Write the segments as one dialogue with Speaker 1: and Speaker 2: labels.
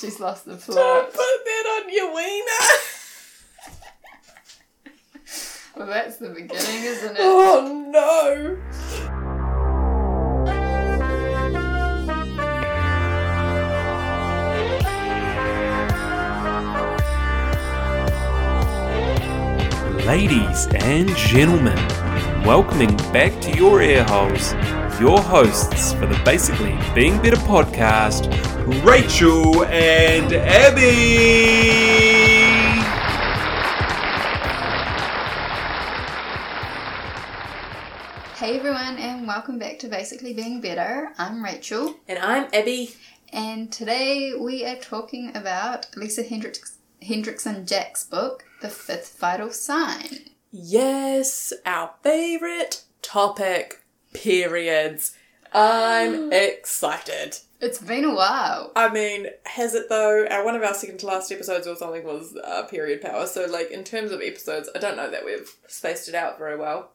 Speaker 1: She's lost the
Speaker 2: Don't
Speaker 1: plot.
Speaker 2: put that on your wiener.
Speaker 1: Well, that's the beginning, isn't it?
Speaker 2: Oh no!
Speaker 3: Ladies and gentlemen, welcoming back to your ear holes, your hosts for the Basically Being Better podcast, Rachel and Abby.
Speaker 1: Hey everyone, and welcome back to Basically Being Better. I'm Rachel,
Speaker 2: And I'm Abby.
Speaker 1: and today we are talking about Lisa Hendricks- Hendrickson Jack's book, The Fifth Vital Sign.
Speaker 2: Yes, our favourite topic periods. I'm excited.
Speaker 1: It's been a while.
Speaker 2: I mean, has it though? Our, one of our second to last episodes or something was uh, period power. So, like, in terms of episodes, I don't know that we've spaced it out very well.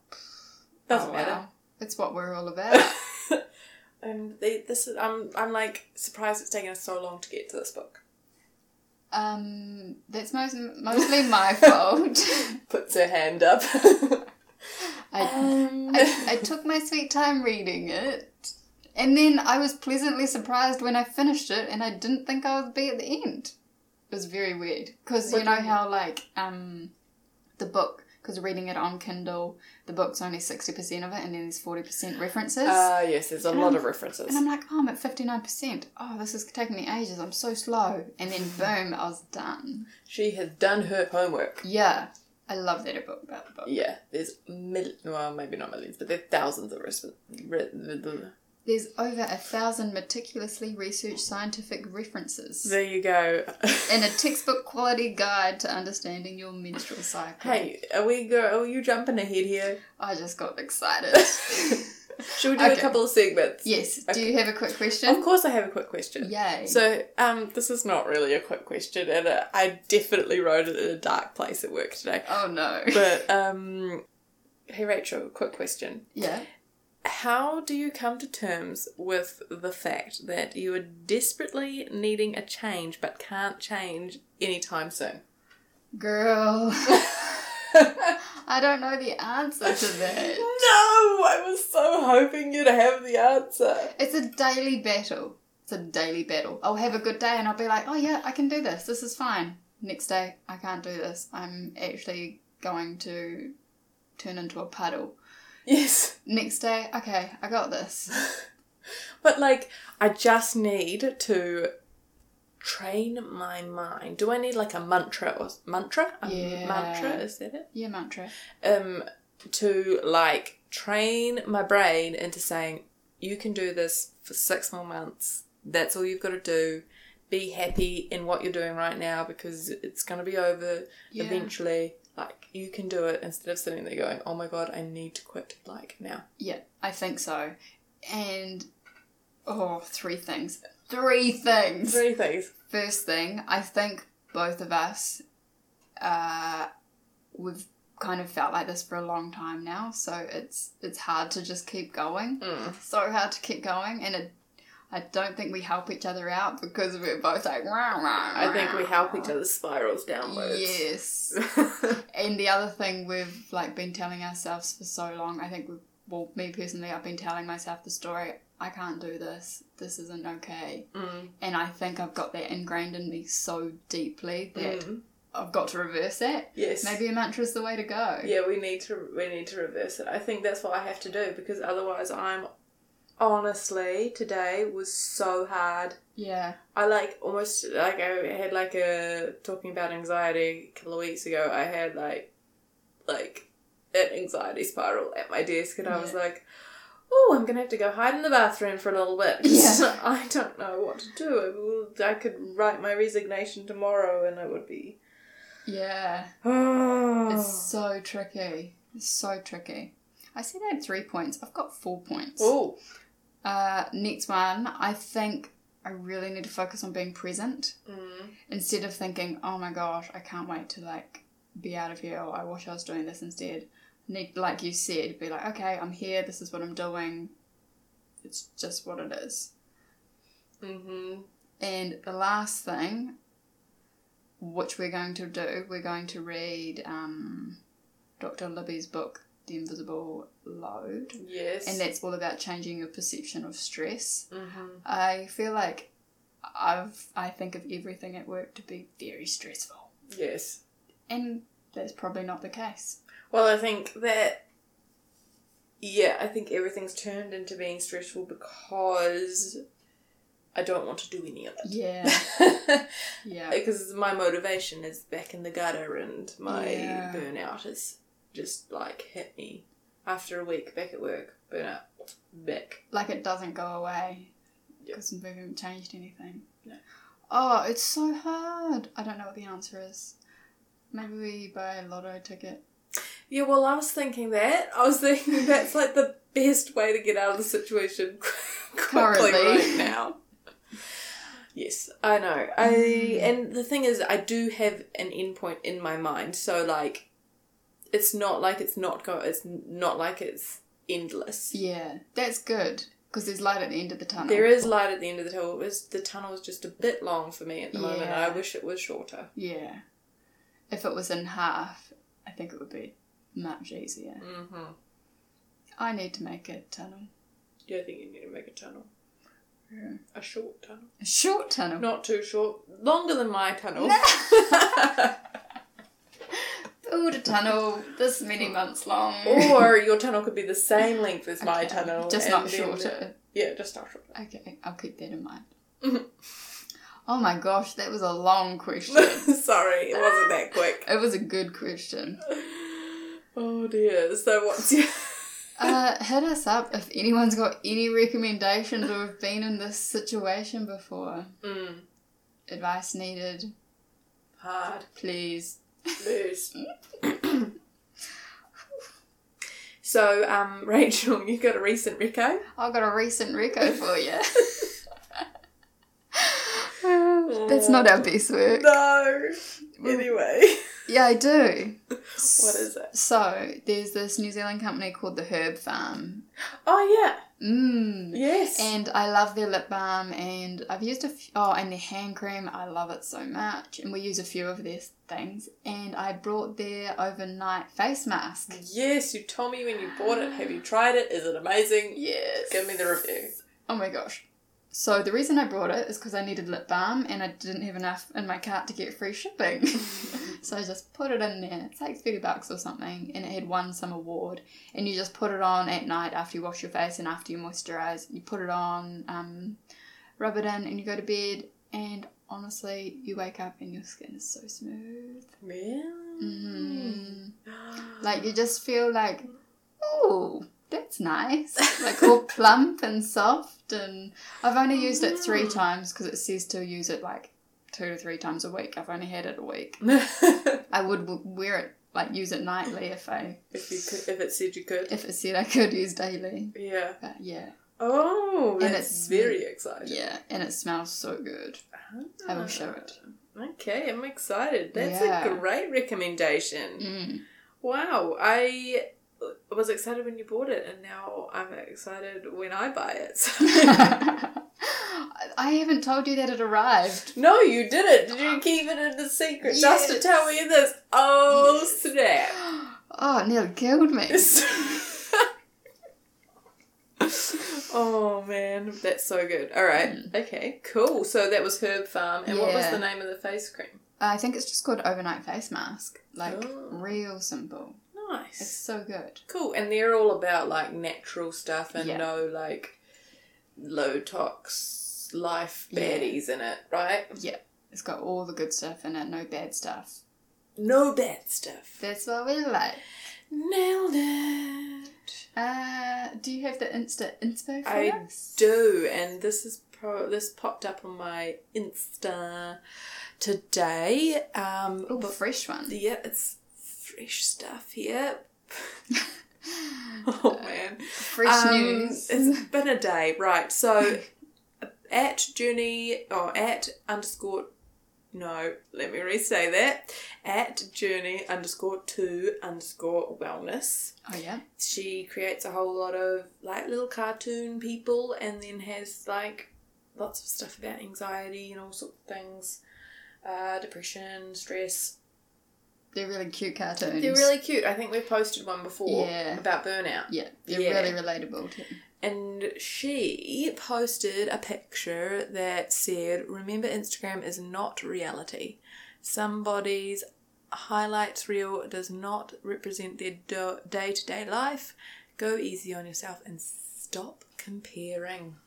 Speaker 2: Doesn't
Speaker 1: Oh,
Speaker 2: matter.
Speaker 1: wow. It's what we're all about.
Speaker 2: Um, they, this is, I'm, I'm like surprised it's taken us so long to get to this book.
Speaker 1: um, that's most, mostly my fault.
Speaker 2: Puts her hand up.
Speaker 1: I,
Speaker 2: um,
Speaker 1: I, I took my sweet time reading it, and then I was pleasantly surprised when I finished it, and I didn't think I would be at the end. It was very weird because
Speaker 2: What
Speaker 1: you
Speaker 2: do
Speaker 1: know
Speaker 2: you mean?
Speaker 1: how like um, the book because reading it on Kindle, the book's only sixty percent of it, and then there's forty percent references.
Speaker 2: Ah, yes, there's a lot of
Speaker 1: and
Speaker 2: references.
Speaker 1: I'm like, oh, I'm at 59%. Oh, this is taking me ages. I'm so slow. And then, boom, I was done.
Speaker 2: She has done her homework.
Speaker 1: Yeah. I love that about, about the book.
Speaker 2: Yeah, there's mil- well, maybe not millions, but there are thousands of resp- re- re- re-
Speaker 1: There's over a thousand meticulously researched scientific references
Speaker 2: There you go.
Speaker 1: and a textbook quality guide to understanding your menstrual cycle.
Speaker 2: hey, are we go? Are you jumping ahead here?
Speaker 1: I just got excited.
Speaker 2: Should we do
Speaker 1: Okay.
Speaker 2: a couple of segments?
Speaker 1: yes, do you have a quick
Speaker 2: Of
Speaker 1: question?
Speaker 2: course, I have a quick question.
Speaker 1: Yay.
Speaker 2: So, um, this is not really a quick question, and uh, I definitely wrote it in a dark place at work today.
Speaker 1: oh no.
Speaker 2: But, um, hey Rachel, quick question.
Speaker 1: yeah.
Speaker 2: How do you come to terms with the fact that you are desperately needing a change but can't change anytime soon?
Speaker 1: Girl,
Speaker 2: no,
Speaker 1: I don't know the answer to that.
Speaker 2: I was so hoping you'd have the answer.
Speaker 1: It's a daily battle. It's a daily battle. I'll have a good day and I'll be like, oh yeah, I can do this. This is fine. Next day, I can't do this. I'm actually going to turn into a puddle.
Speaker 2: Yes.
Speaker 1: Next day, okay, I got this.
Speaker 2: But like, I just need to train my mind. Do I need like a mantra or mantra? A
Speaker 1: Yeah.
Speaker 2: mantra is that it?
Speaker 1: Yeah, mantra.
Speaker 2: Um, to like train my brain into saying you can do this for six more months. That's all you've got to do. Be happy in what you're doing right now because it's gonna be over
Speaker 1: Yeah.
Speaker 2: eventually. Like you can do it instead of sitting there going, "Oh my god, I need to quit!" Like now.
Speaker 1: Yeah, I think so. And oh, three things. Three things.
Speaker 2: Three things.
Speaker 1: First thing, I think both of us, uh, we've kind of felt like this for a long time now. So it's it's hard to just keep going.
Speaker 2: Mm.
Speaker 1: So hard to keep going, and it, I don't think we help each other out because we're both like. I
Speaker 2: I think we help each other spirals downwards.
Speaker 1: Yes. And the other thing we've like been telling ourselves for so long, I think we well, me personally, I've been telling myself the story, I can't do this. This isn't okay.
Speaker 2: mm.
Speaker 1: And I think I've got that ingrained in me so deeply that
Speaker 2: Mm.
Speaker 1: I've got to reverse it.
Speaker 2: Yes.
Speaker 1: Maybe a mantra's the way to go.
Speaker 2: Yeah, we need to we need to reverse it. I think that's what I have to do because otherwise I'm honestly today was so hard.
Speaker 1: Yeah.
Speaker 2: I like almost like I had like a talking about anxiety a couple of weeks ago. I had like like an anxiety spiral at my desk, and I was
Speaker 1: Yeah.
Speaker 2: like, "Oh, I'm gonna have to go hide in the bathroom for a little bit.
Speaker 1: Yeah.
Speaker 2: I don't know what to do. I, will, I could write my resignation tomorrow, and it would be
Speaker 1: Yeah.
Speaker 2: oh,
Speaker 1: It's so tricky. It's so tricky. I said I had three points. I've got four points.
Speaker 2: oh,
Speaker 1: Uh, next one, I think I really need to focus on being present.
Speaker 2: mm.
Speaker 1: instead of thinking, oh my gosh, I can't wait to like be out of here, or I wish I was doing this instead. Need, like you said, be like, okay, I'm here, this is what I'm doing, it's just what it is.
Speaker 2: hmm
Speaker 1: And the last thing, which we're going to do, we're going to read um, Dr. Libby's book, The Invisible Load,
Speaker 2: Yes.
Speaker 1: and uh-huh. that's all about changing your perception of stress.
Speaker 2: hmm
Speaker 1: I feel like I've I think of everything at work to be very stressful,
Speaker 2: Yes.
Speaker 1: and that's probably not the case.
Speaker 2: Well, I think that. Yeah, I think everything's turned into being stressful because I don't want to do any of
Speaker 1: Yeah,
Speaker 2: it.
Speaker 1: yeah,
Speaker 2: because my motivation is back in the gutter and my
Speaker 1: Yeah.
Speaker 2: burnout has just like hit me after a week back at work. Burnout back.
Speaker 1: like it doesn't go away
Speaker 2: Yeah.
Speaker 1: because we haven't changed anything.
Speaker 2: No.
Speaker 1: Oh, it's so hard. I don't know what the answer is. Maybe we buy a lotto ticket.
Speaker 2: Yeah, well, I was thinking that. I was thinking that's like the best way to get out of the situation
Speaker 1: Currently.
Speaker 2: quickly right now. Yes, I know. I
Speaker 1: Mm.
Speaker 2: and the thing is, I do have an endpoint in my mind, so like, it's not like it's not go. It's not like it's endless.
Speaker 1: Yeah, that's good because there's light at the end of the tunnel.
Speaker 2: There is light at the end of the tunnel. It was, the tunnel is just a bit long for me at the moment.
Speaker 1: Yeah.
Speaker 2: I wish it was shorter.
Speaker 1: Yeah, if it was in half, I think it would be much easier.
Speaker 2: Mm-hmm.
Speaker 1: I need to make a tunnel,
Speaker 2: Yeah, I think you need to make a tunnel.
Speaker 1: Yeah.
Speaker 2: A short tunnel.
Speaker 1: a short tunnel.
Speaker 2: Not too short. Longer than my tunnel.
Speaker 1: build a tunnel this many months long.
Speaker 2: or your tunnel could be the same length as my
Speaker 1: Okay,
Speaker 2: tunnel.
Speaker 1: Just
Speaker 2: and
Speaker 1: not
Speaker 2: then-
Speaker 1: shorter.
Speaker 2: Yeah, just not shorter.
Speaker 1: Okay, I'll keep that in mind.
Speaker 2: Mhm.
Speaker 1: oh my gosh, that was a long question.
Speaker 2: Sorry, it wasn't that quick.
Speaker 1: it was a good question.
Speaker 2: Oh dear. So what's your
Speaker 1: Uh, hit us up if anyone's got any recommendations or have been in this situation before.
Speaker 2: mm,
Speaker 1: Advice needed,
Speaker 2: hard
Speaker 1: please.
Speaker 2: lose? so, um, Rachel, you got a recent reco?
Speaker 1: I've got a recent reco for you. That's not our best work.
Speaker 2: No.
Speaker 1: Well-
Speaker 2: Anyway,
Speaker 1: Yeah, I do.
Speaker 2: what is it?
Speaker 1: So there's this New Zealand company called the Herb Farm.
Speaker 2: Oh
Speaker 1: Mmm.
Speaker 2: yes.
Speaker 1: And I love their lip balm, and I've used a few. Oh, and their hand cream, I love it so much. And we use a few of their things. And I brought their overnight face mask.
Speaker 2: yes, you told me when you bought it. Have you tried it? Is it amazing?
Speaker 1: Yes.
Speaker 2: Give me the review.
Speaker 1: Oh my gosh. So the reason I brought it is because I needed lip balm and I didn't have enough in my cart to get free shipping. so I just put it in there. It's like 30 bucks or something and it had won some award. And you just put it on at night after you wash your face and after you moisturize. You put it on, um, rub it in and you go to bed and honestly you wake up and your skin is so smooth.
Speaker 2: Really?
Speaker 1: Mm. Like you just feel like, oh, that's nice. Like all plump and soft. And I've only used it three times because it says to use it like two to three times a week. I've only had it a week. I would w- wear it like use it nightly if I
Speaker 2: if you could, if it said you could.
Speaker 1: if it said I could use daily.
Speaker 2: Yeah.
Speaker 1: But yeah,
Speaker 2: Oh,
Speaker 1: And
Speaker 2: that's
Speaker 1: it's-
Speaker 2: very exciting.
Speaker 1: yeah, and it smells so good. I will show it.
Speaker 2: Okay, I'm excited. That's
Speaker 1: Yeah.
Speaker 2: a great recommendation.
Speaker 1: Mm.
Speaker 2: Wow, I was excited when you bought it, and now I'm excited when I buy it. So-
Speaker 1: I- Mm. I haven't told you that it arrived.
Speaker 2: no, you did it. Did you keep it in the secret just to
Speaker 1: Yes.
Speaker 2: tell me this? Oh
Speaker 1: Yes.
Speaker 2: snap!
Speaker 1: Oh, it nearly killed me.
Speaker 2: oh man, that's so good. All right, okay, cool. So that was Herb Farm, and what was
Speaker 1: Mm. Yeah.
Speaker 2: the name of the face cream?
Speaker 1: I think it's just called overnight face mask. Like
Speaker 2: Oh.
Speaker 1: real simple.
Speaker 2: Nice.
Speaker 1: It's so good.
Speaker 2: Cool, and they're all about like natural stuff and
Speaker 1: Yeah.
Speaker 2: no like low tox life
Speaker 1: Yeah.
Speaker 2: baddies in it, right?
Speaker 1: It's got all the good stuff in it, no bad stuff.
Speaker 2: No bad stuff.
Speaker 1: That's what we like.
Speaker 2: Nailed it.
Speaker 1: Uh, do you have the Insta inspo for
Speaker 2: I
Speaker 1: us?
Speaker 2: Do and this is pro. This popped up on my Insta today. Um,
Speaker 1: Oh,
Speaker 2: but-
Speaker 1: fresh one.
Speaker 2: yeah, it's fresh stuff here. oh man.
Speaker 1: Fresh
Speaker 2: Um,
Speaker 1: news.
Speaker 2: It's been a day, right? So at journey or at underscore no, let me re-say that at journey underscore two underscore wellness.
Speaker 1: Oh yeah.
Speaker 2: She creates a whole lot of like little cartoon people, and then has like lots of stuff about anxiety and all sorts of things, uh, depression, stress.
Speaker 1: They're really cute cartoons.
Speaker 2: They're really cute. I think we've posted one before
Speaker 1: Yeah.
Speaker 2: about burnout.
Speaker 1: Yeah, they're
Speaker 2: Yeah.
Speaker 1: really relatable too.
Speaker 2: And she posted a picture that said, Remember, Instagram is not reality. Somebody's highlights reel does not represent their day to day life. Go easy on yourself and stop comparing.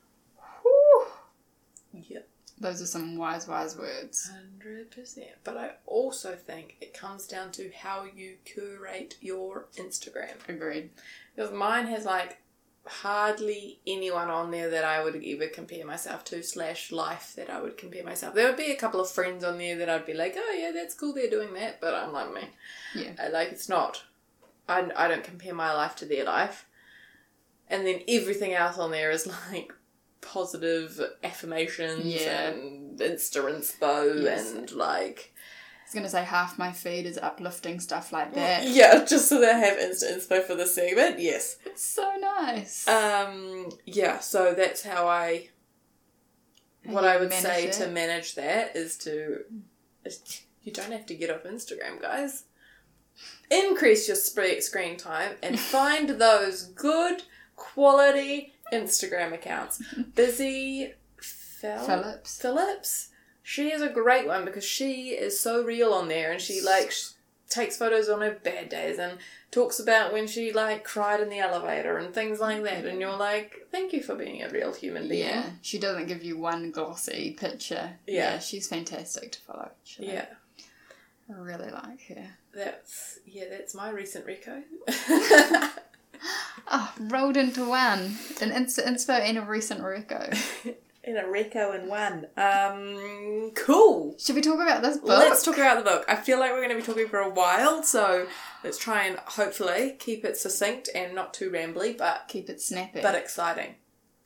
Speaker 2: Yep.
Speaker 1: Those are some wise, wise words.
Speaker 2: 100%. But I also think it comes down to how you curate your Instagram.
Speaker 1: Agreed.
Speaker 2: Because mine has like hardly anyone on there that I would ever compare myself to slash life that I would compare myself. There would be a couple of friends on there that I'd be like, oh yeah, that's cool, they're doing that, but I'm like, man,
Speaker 1: Yeah.
Speaker 2: I- like it's not. I I don't compare my life to their life, and then everything else on there is like positive affirmations
Speaker 1: Yeah.
Speaker 2: and Insta inspo
Speaker 1: Yes.
Speaker 2: and like
Speaker 1: I was gonna say half my feed is uplifting stuff like that.
Speaker 2: yeah, just so that I have Insta inspo for this segment. Yes.
Speaker 1: It's so nice.
Speaker 2: Um, yeah, so that's how I.
Speaker 1: How
Speaker 2: What
Speaker 1: you
Speaker 2: I would
Speaker 1: manage
Speaker 2: say
Speaker 1: it.
Speaker 2: to manage that is to. is- You don't have to get off Instagram, guys. Increase your sp- screen time and find those good quality Instagram accounts. Busy Phil-
Speaker 1: Phillips.
Speaker 2: Phillips. She is a great one because she is so real on there and she like sh- takes photos on her bad days and talks about when she like cried in the elevator and things like that and you're like thank you for being a real human being
Speaker 1: yeah, she doesn't give you one glossy picture.
Speaker 2: Yeah.
Speaker 1: she's fantastic to follow. actually.
Speaker 2: yeah
Speaker 1: I really like her.
Speaker 2: that's yeah that's my recent reco
Speaker 1: Oh, rolled into one. An Insta inspo and a recent reco.
Speaker 2: in a reco in one um cool
Speaker 1: Should we talk about this book?
Speaker 2: Let's talk about the book. I feel like we're going to be talking for a while, so let's try and hopefully keep it succinct and not too rambly, but
Speaker 1: Keep it snappy.
Speaker 2: but exciting.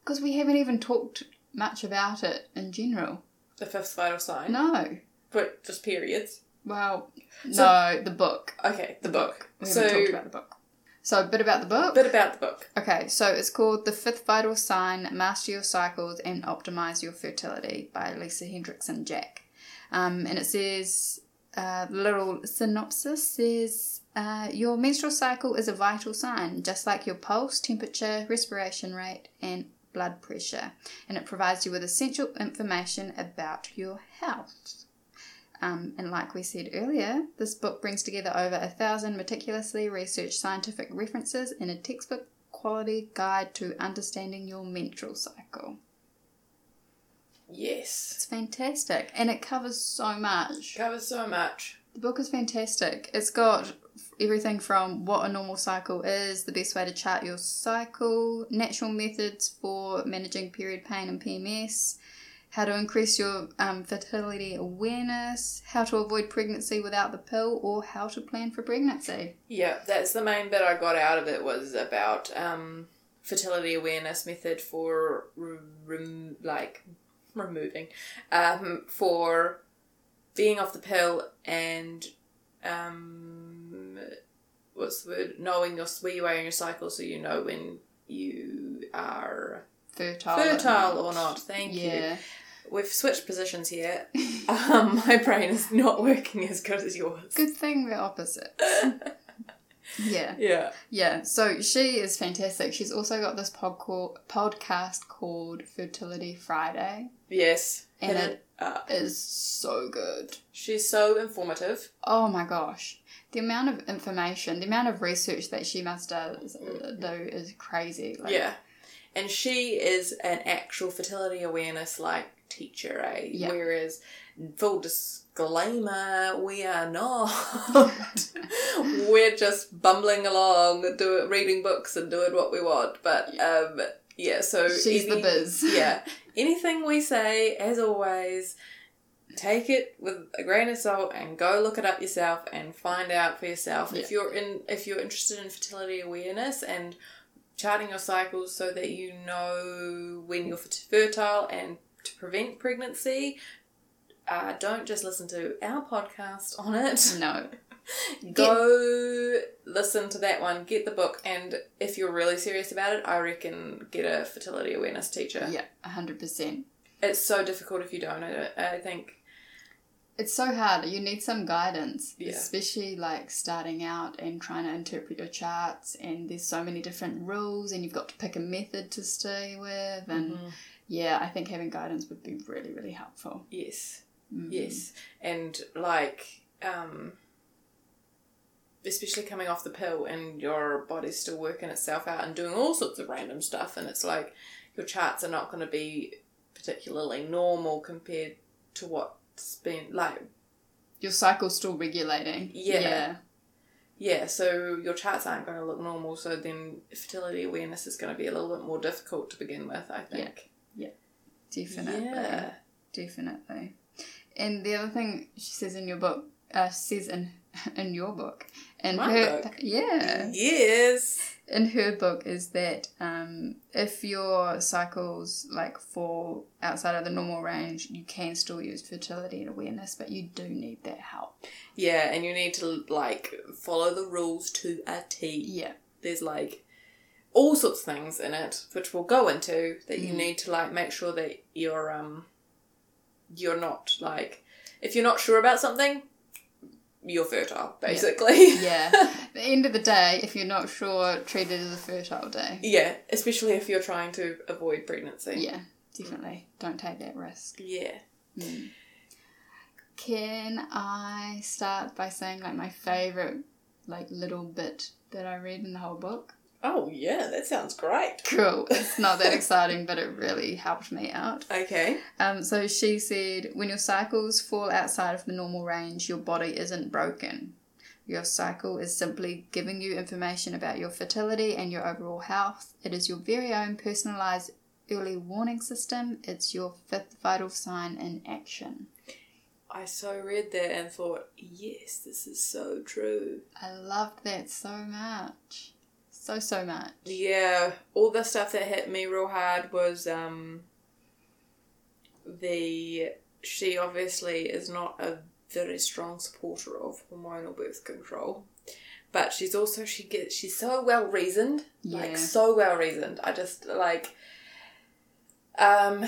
Speaker 1: Because we haven't even talked much about it in general.
Speaker 2: The fifth vital sign,
Speaker 1: No.
Speaker 2: but just periods.
Speaker 1: Well,
Speaker 2: So-
Speaker 1: no, the book.
Speaker 2: Okay, the book.
Speaker 1: We
Speaker 2: So,
Speaker 1: haven't talked
Speaker 2: a
Speaker 1: about the book. So, a bit about the book.
Speaker 2: bit about the book.
Speaker 1: Okay, so it's called The Fifth Vital Sign Master Your Cycles and Optimize Your Fertility by Lisa Hendrickson Jack. Um, and it says, uh, the little synopsis says, uh, Your menstrual cycle is a vital sign, just like your pulse, temperature, respiration rate, and blood pressure. And it provides you with essential information about your health. Um, and like we said earlier, this book brings together over a thousand meticulously researched scientific references in a textbook quality guide to understanding your menstrual cycle.
Speaker 2: Yes.
Speaker 1: It's fantastic and it covers so much.
Speaker 2: Covers so much.
Speaker 1: The book is fantastic. It's got everything from what a normal cycle is, the best way to chart your cycle, natural methods for managing period pain and PMS, how to increase your um, fertility awareness, how to avoid pregnancy without the pill, or how to plan for pregnancy.
Speaker 2: Yeah, that's the main bit I got out of it was about um, fertility awareness method for re- rem- like removing um, for being off the pill and um, what's the word knowing your where you are in your cycle so you know when you are
Speaker 1: Fertile.
Speaker 2: fertile or not. Thank you.
Speaker 1: yeah.
Speaker 2: We've switched positions here. Um, my brain is not working as good as yours.
Speaker 1: Good thing we're opposite. yeah.
Speaker 2: Yeah.
Speaker 1: Yeah, so she is fantastic. She's also got this pod call, podcast called Fertility Friday.
Speaker 2: Yes.
Speaker 1: And
Speaker 2: Hit
Speaker 1: it-
Speaker 2: up.
Speaker 1: Is so good.
Speaker 2: She's so informative.
Speaker 1: Oh my gosh. The amount of information, the amount of research that she must does, do is crazy. Like,
Speaker 2: Yeah. And she is an actual fertility awareness like teacher, eh?
Speaker 1: Yeah.
Speaker 2: Whereas full disclaimer, we are not. We're just bumbling along, do reading books and doing what we want. But um yeah, so
Speaker 1: She's the
Speaker 2: any-
Speaker 1: biz.
Speaker 2: yeah. Anything we say, as always, take it with a grain of salt and go look it up yourself and find out for yourself. If you're in if you're interested in fertility awareness and charting your cycles so that you know when you're fert- fertile and to prevent pregnancy, uh, don't just listen to our podcast on it
Speaker 1: No.
Speaker 2: go listen to that one get the book and if you're really serious about it i reckon get a fertility awareness teacher
Speaker 1: Yeah, 100%.
Speaker 2: it's so difficult if you don't. I, I think
Speaker 1: It's so hard. You need some guidance,
Speaker 2: Yeah.
Speaker 1: especially like starting out and trying to interpret your charts. And there's so many different rules, and you've got to pick a method to stay with. And
Speaker 2: Mm-hmm.
Speaker 1: yeah, I think having guidance would be really, really helpful.
Speaker 2: yes,
Speaker 1: Mm.
Speaker 2: yes, and like um, especially coming off the pill and your body's still working itself out and doing all sorts of random stuff, and it's like your charts are not going to be particularly normal compared to what's been like
Speaker 1: Your cycle's still regulating.
Speaker 2: Yeah. Yeah, so your charts aren't going to look normal, so then fertility awareness is going to be a little bit more difficult to begin with, I think.
Speaker 1: definitely.
Speaker 2: Yeah.
Speaker 1: Definitely. And the other thing she says in your book, uh, she says in in your book, and
Speaker 2: My
Speaker 1: her
Speaker 2: book?
Speaker 1: yeah,
Speaker 2: Yes.
Speaker 1: in her book is that um, if your cycles like fall outside of the normal range, you can still use fertility and awareness, but you do need that help.
Speaker 2: Yeah, and you need to like follow the rules to a T.
Speaker 1: Yeah,
Speaker 2: There's like all sorts of things in it which we'll go into that you
Speaker 1: Mm.
Speaker 2: need to like make sure that you're um you're not like if you're not sure about something, you're fertile basically.
Speaker 1: yeah. At the end of the day, if you're not sure, treat it as a fertile day.
Speaker 2: yeah, especially if you're trying to avoid pregnancy.
Speaker 1: Yeah, definitely. Don't take that risk.
Speaker 2: Yeah.
Speaker 1: Can I start by saying like my favorite like little bit that I read in the whole book?
Speaker 2: Oh yeah, that sounds great.
Speaker 1: Cool. It's not that exciting, but it really helped me out.
Speaker 2: Okay.
Speaker 1: Um, so she said, when your cycles fall outside of the normal range, your body isn't broken. Your cycle is simply giving you information about your fertility and your overall health. It is your very own personalized early warning system. It's your fifth vital sign in action.
Speaker 2: I so read that and thought, yes, this is so true.
Speaker 1: I loved that so much. So, so much.
Speaker 2: Yeah, all the stuff that hit me real hard was um the she obviously is not a very strong supporter of hormonal birth control. But she's also she gets she's so well reasoned.
Speaker 1: Yeah.
Speaker 2: Like so well reasoned. I just like um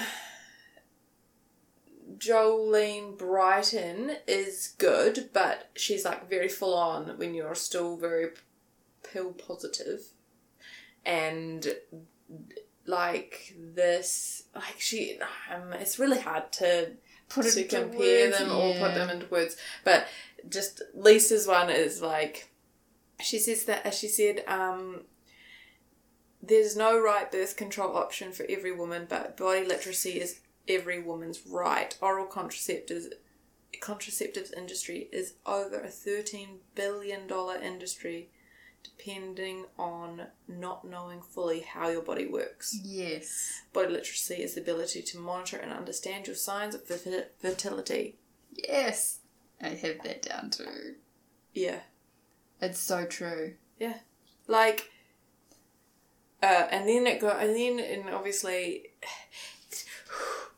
Speaker 2: Jolene Brighton is good, but she's like very full on when you're still very pill positive and like this like she um, it's really hard to
Speaker 1: Put
Speaker 2: to
Speaker 1: into
Speaker 2: compare
Speaker 1: words,
Speaker 2: them or
Speaker 1: yeah.
Speaker 2: put them into words but just lisa's one is like she says that as she said um there's no right birth control option for every woman but body literacy is every woman's right oral contraceptives contraceptives industry is over a 13 billion dollar industry depending on not knowing fully how your body works
Speaker 1: Yes.
Speaker 2: Body literacy is the ability to monitor and understand your signs of fer- fertility.
Speaker 1: Yes. I have that down too.
Speaker 2: Yeah.
Speaker 1: It's so true.
Speaker 2: Like, uh, and then it go, and then, and obviously,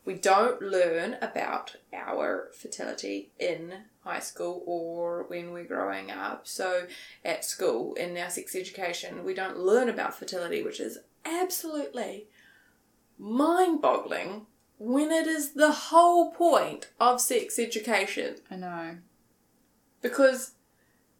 Speaker 2: we don't learn about our fertility in high school or when we're growing up. So, at school, in our sex education, we don't learn about fertility, which is absolutely mind boggling when it is the whole point of sex education.
Speaker 1: I know.
Speaker 2: Because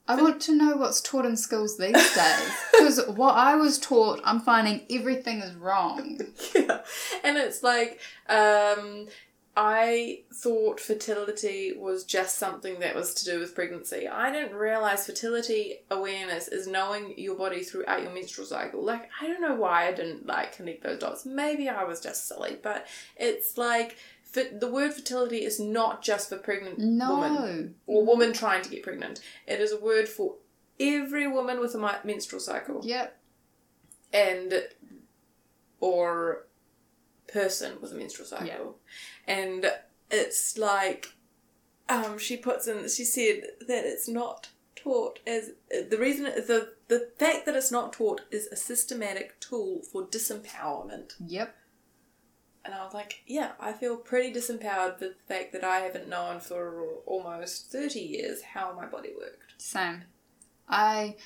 Speaker 1: I want to know what's taught in schools these days. Because what I was taught, I'm finding everything is wrong.
Speaker 2: yeah, and it's like um, I thought fertility was just something that was to do with pregnancy. I didn't realize fertility awareness is knowing your body throughout your menstrual cycle. Like I don't know why I didn't like connect those dots. Maybe I was just silly, but it's like. Fit, the word fertility is not just for pregnant
Speaker 1: No.
Speaker 2: women or woman trying to get pregnant. It is a word for every woman with a mi- menstrual cycle
Speaker 1: Yep.
Speaker 2: and or person with a menstrual cycle. And it's like um she puts in she said that it's not taught as the reason the the fact that it's not taught is a systematic tool for disempowerment.
Speaker 1: Yep.
Speaker 2: And I was like, yeah, I feel pretty disempowered with the fact that I haven't known for almost 30 years how my body worked.
Speaker 1: Same. I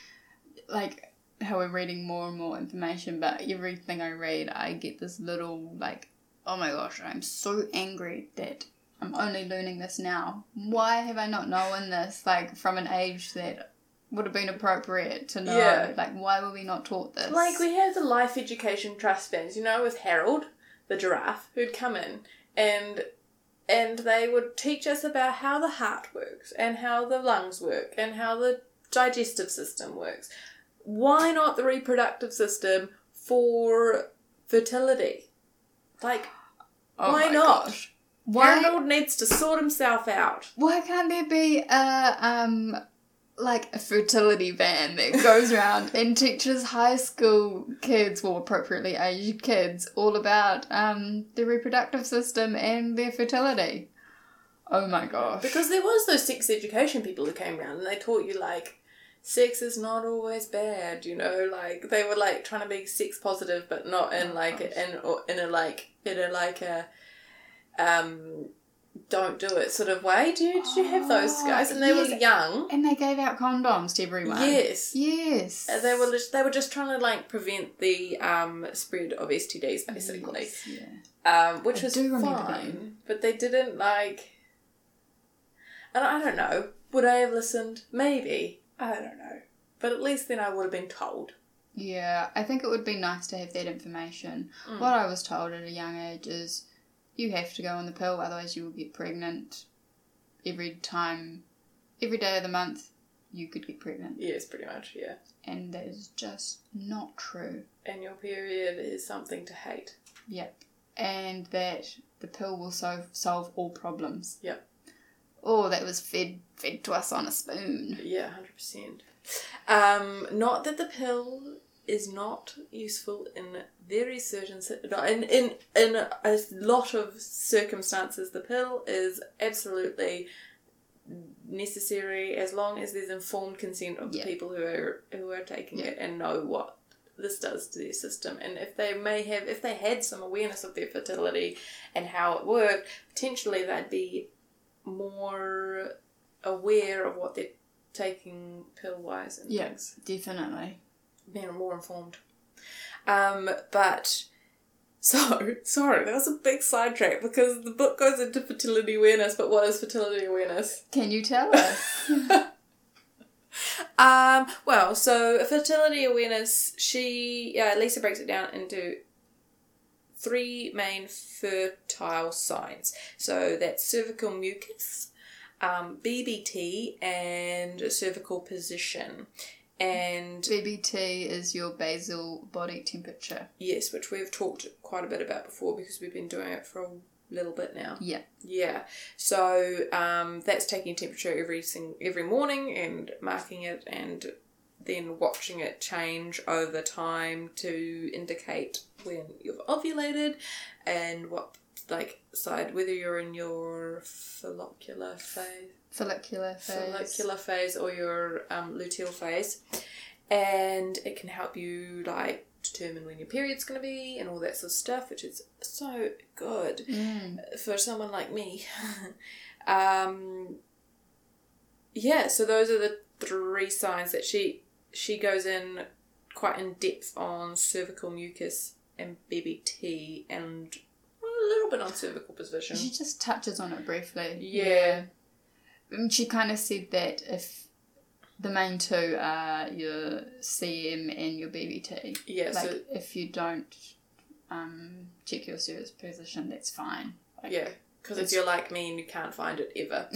Speaker 1: like how we're reading more and more information, but everything I read, I get this little like oh my gosh, I'm so angry that I'm only learning this now. Why have I not known this like from an age that would have been appropriate to know?
Speaker 2: Yeah.
Speaker 1: Like, why were we not taught this?
Speaker 2: Like we had the life education trust funds, you know, with Harold the giraffe who'd come in and and they would teach us about how the heart works and how the lungs work and how the digestive system works. Why not the reproductive system for fertility? Like
Speaker 1: oh
Speaker 2: why
Speaker 1: my
Speaker 2: not?
Speaker 1: gosh. Why?
Speaker 2: Harold needs to sort himself out.
Speaker 1: Why can't there be a um like a fertility van that goes around and teaches high school kids or appropriately aged kids all about um their reproductive system and their fertility? Oh my gosh.
Speaker 2: Because there was those sex education people who came around and they taught you like sex is not always bad, you know, like they were like trying to be sex positive but not in
Speaker 1: Oh,
Speaker 2: like
Speaker 1: gosh.
Speaker 2: in or in a like in a like a um don't do it sort of way. Do you, did you have those
Speaker 1: Oh,
Speaker 2: guys? And they was
Speaker 1: yeah.
Speaker 2: young.
Speaker 1: and they gave out condoms to everyone.
Speaker 2: Yes.
Speaker 1: Yes.
Speaker 2: And They were just- they were just trying to like prevent the um, spread of STDs basically.
Speaker 1: Yes, yeah.
Speaker 2: um, which
Speaker 1: I
Speaker 2: was
Speaker 1: do remember
Speaker 2: fine,
Speaker 1: them.
Speaker 2: but they didn't like. And I don't know. Would I have listened? Maybe I don't know. But at least then I would have been told.
Speaker 1: Yeah, I think it would be nice to have that information. What I was told at a young age is you have to go on the pill, otherwise, you will get pregnant every time, every day of the month, you could get pregnant.
Speaker 2: Yes, pretty much. Yeah.
Speaker 1: And that is just not true.
Speaker 2: And your period is something to hate.
Speaker 1: Yep. And that the pill will solve, solve all problems.
Speaker 2: Yep.
Speaker 1: Oh, that was fed, fed to us on a spoon.
Speaker 2: Yeah, hundred percent. Um, not that the pill is not useful in very certain cir- in in in a lot of circumstances. The pill is absolutely necessary as long as there's informed consent of the
Speaker 1: Yeah.
Speaker 2: people who are who are taking
Speaker 1: Yeah.
Speaker 2: it and know what this does to their system and if they may have if they had some awareness of their fertility and how it worked potentially they'd be more aware of what they're taking pill wise and
Speaker 1: Yeah.
Speaker 2: things,
Speaker 1: Definitely.
Speaker 2: being more informed. Um, but so sorry, that was a big sidetrack because the book goes into fertility awareness, but what is fertility awareness?
Speaker 1: Can you tell us?
Speaker 2: Um, well, so fertility awareness, she uh, Lisa breaks it down into three main fertile signs. So that's cervical mucus, um, BBT, and cervical position. And
Speaker 1: BBT is your basal body temperature.
Speaker 2: yes, which we've talked quite a bit about before because we've been doing it for a little bit now.
Speaker 1: Yeah.
Speaker 2: Yeah. So um, that's taking temperature every sing- every morning and marking it and then watching it change over time to indicate when you've ovulated and what like side whether you're in your follicular phase
Speaker 1: Follicular phase.
Speaker 2: follicular phase or your um, luteal phase, and it can help you like determine when your period's going to be and all that sort of stuff, which is so good for someone like me. um, yeah, so those are the three signs that she she goes in quite in depth on cervical mucus and BBT and a little bit on cervical position.
Speaker 1: She just touches on it briefly.
Speaker 2: Yeah.
Speaker 1: And she kind of said that if the main two are your CM and your BBT,
Speaker 2: Yeah,
Speaker 1: like
Speaker 2: so
Speaker 1: if you don't um, check your serious position, that's fine. Like,
Speaker 2: yeah, because if you're like me and you can't find it ever,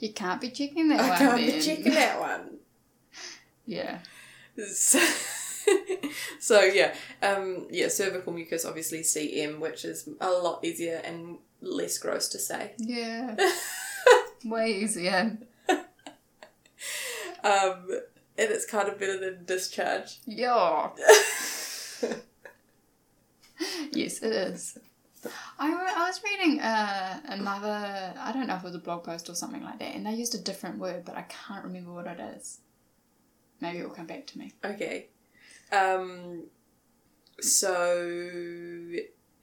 Speaker 1: You can't be checking that
Speaker 2: I
Speaker 1: one.
Speaker 2: can't be
Speaker 1: then.
Speaker 2: checking that one.
Speaker 1: Yeah.
Speaker 2: So, so yeah, um, yeah, cervical mucus, obviously CM, which is a lot easier and less gross to say.
Speaker 1: Yeah. Way easier.
Speaker 2: Um, and it's kind of better than discharge.
Speaker 1: Yeah. Yes, it is. I, re- I was reading uh, another, I don't know if it was a blog post or something like that, and they used a different word, but I can't remember what it is. Maybe it will come back to me.
Speaker 2: okay. Um, so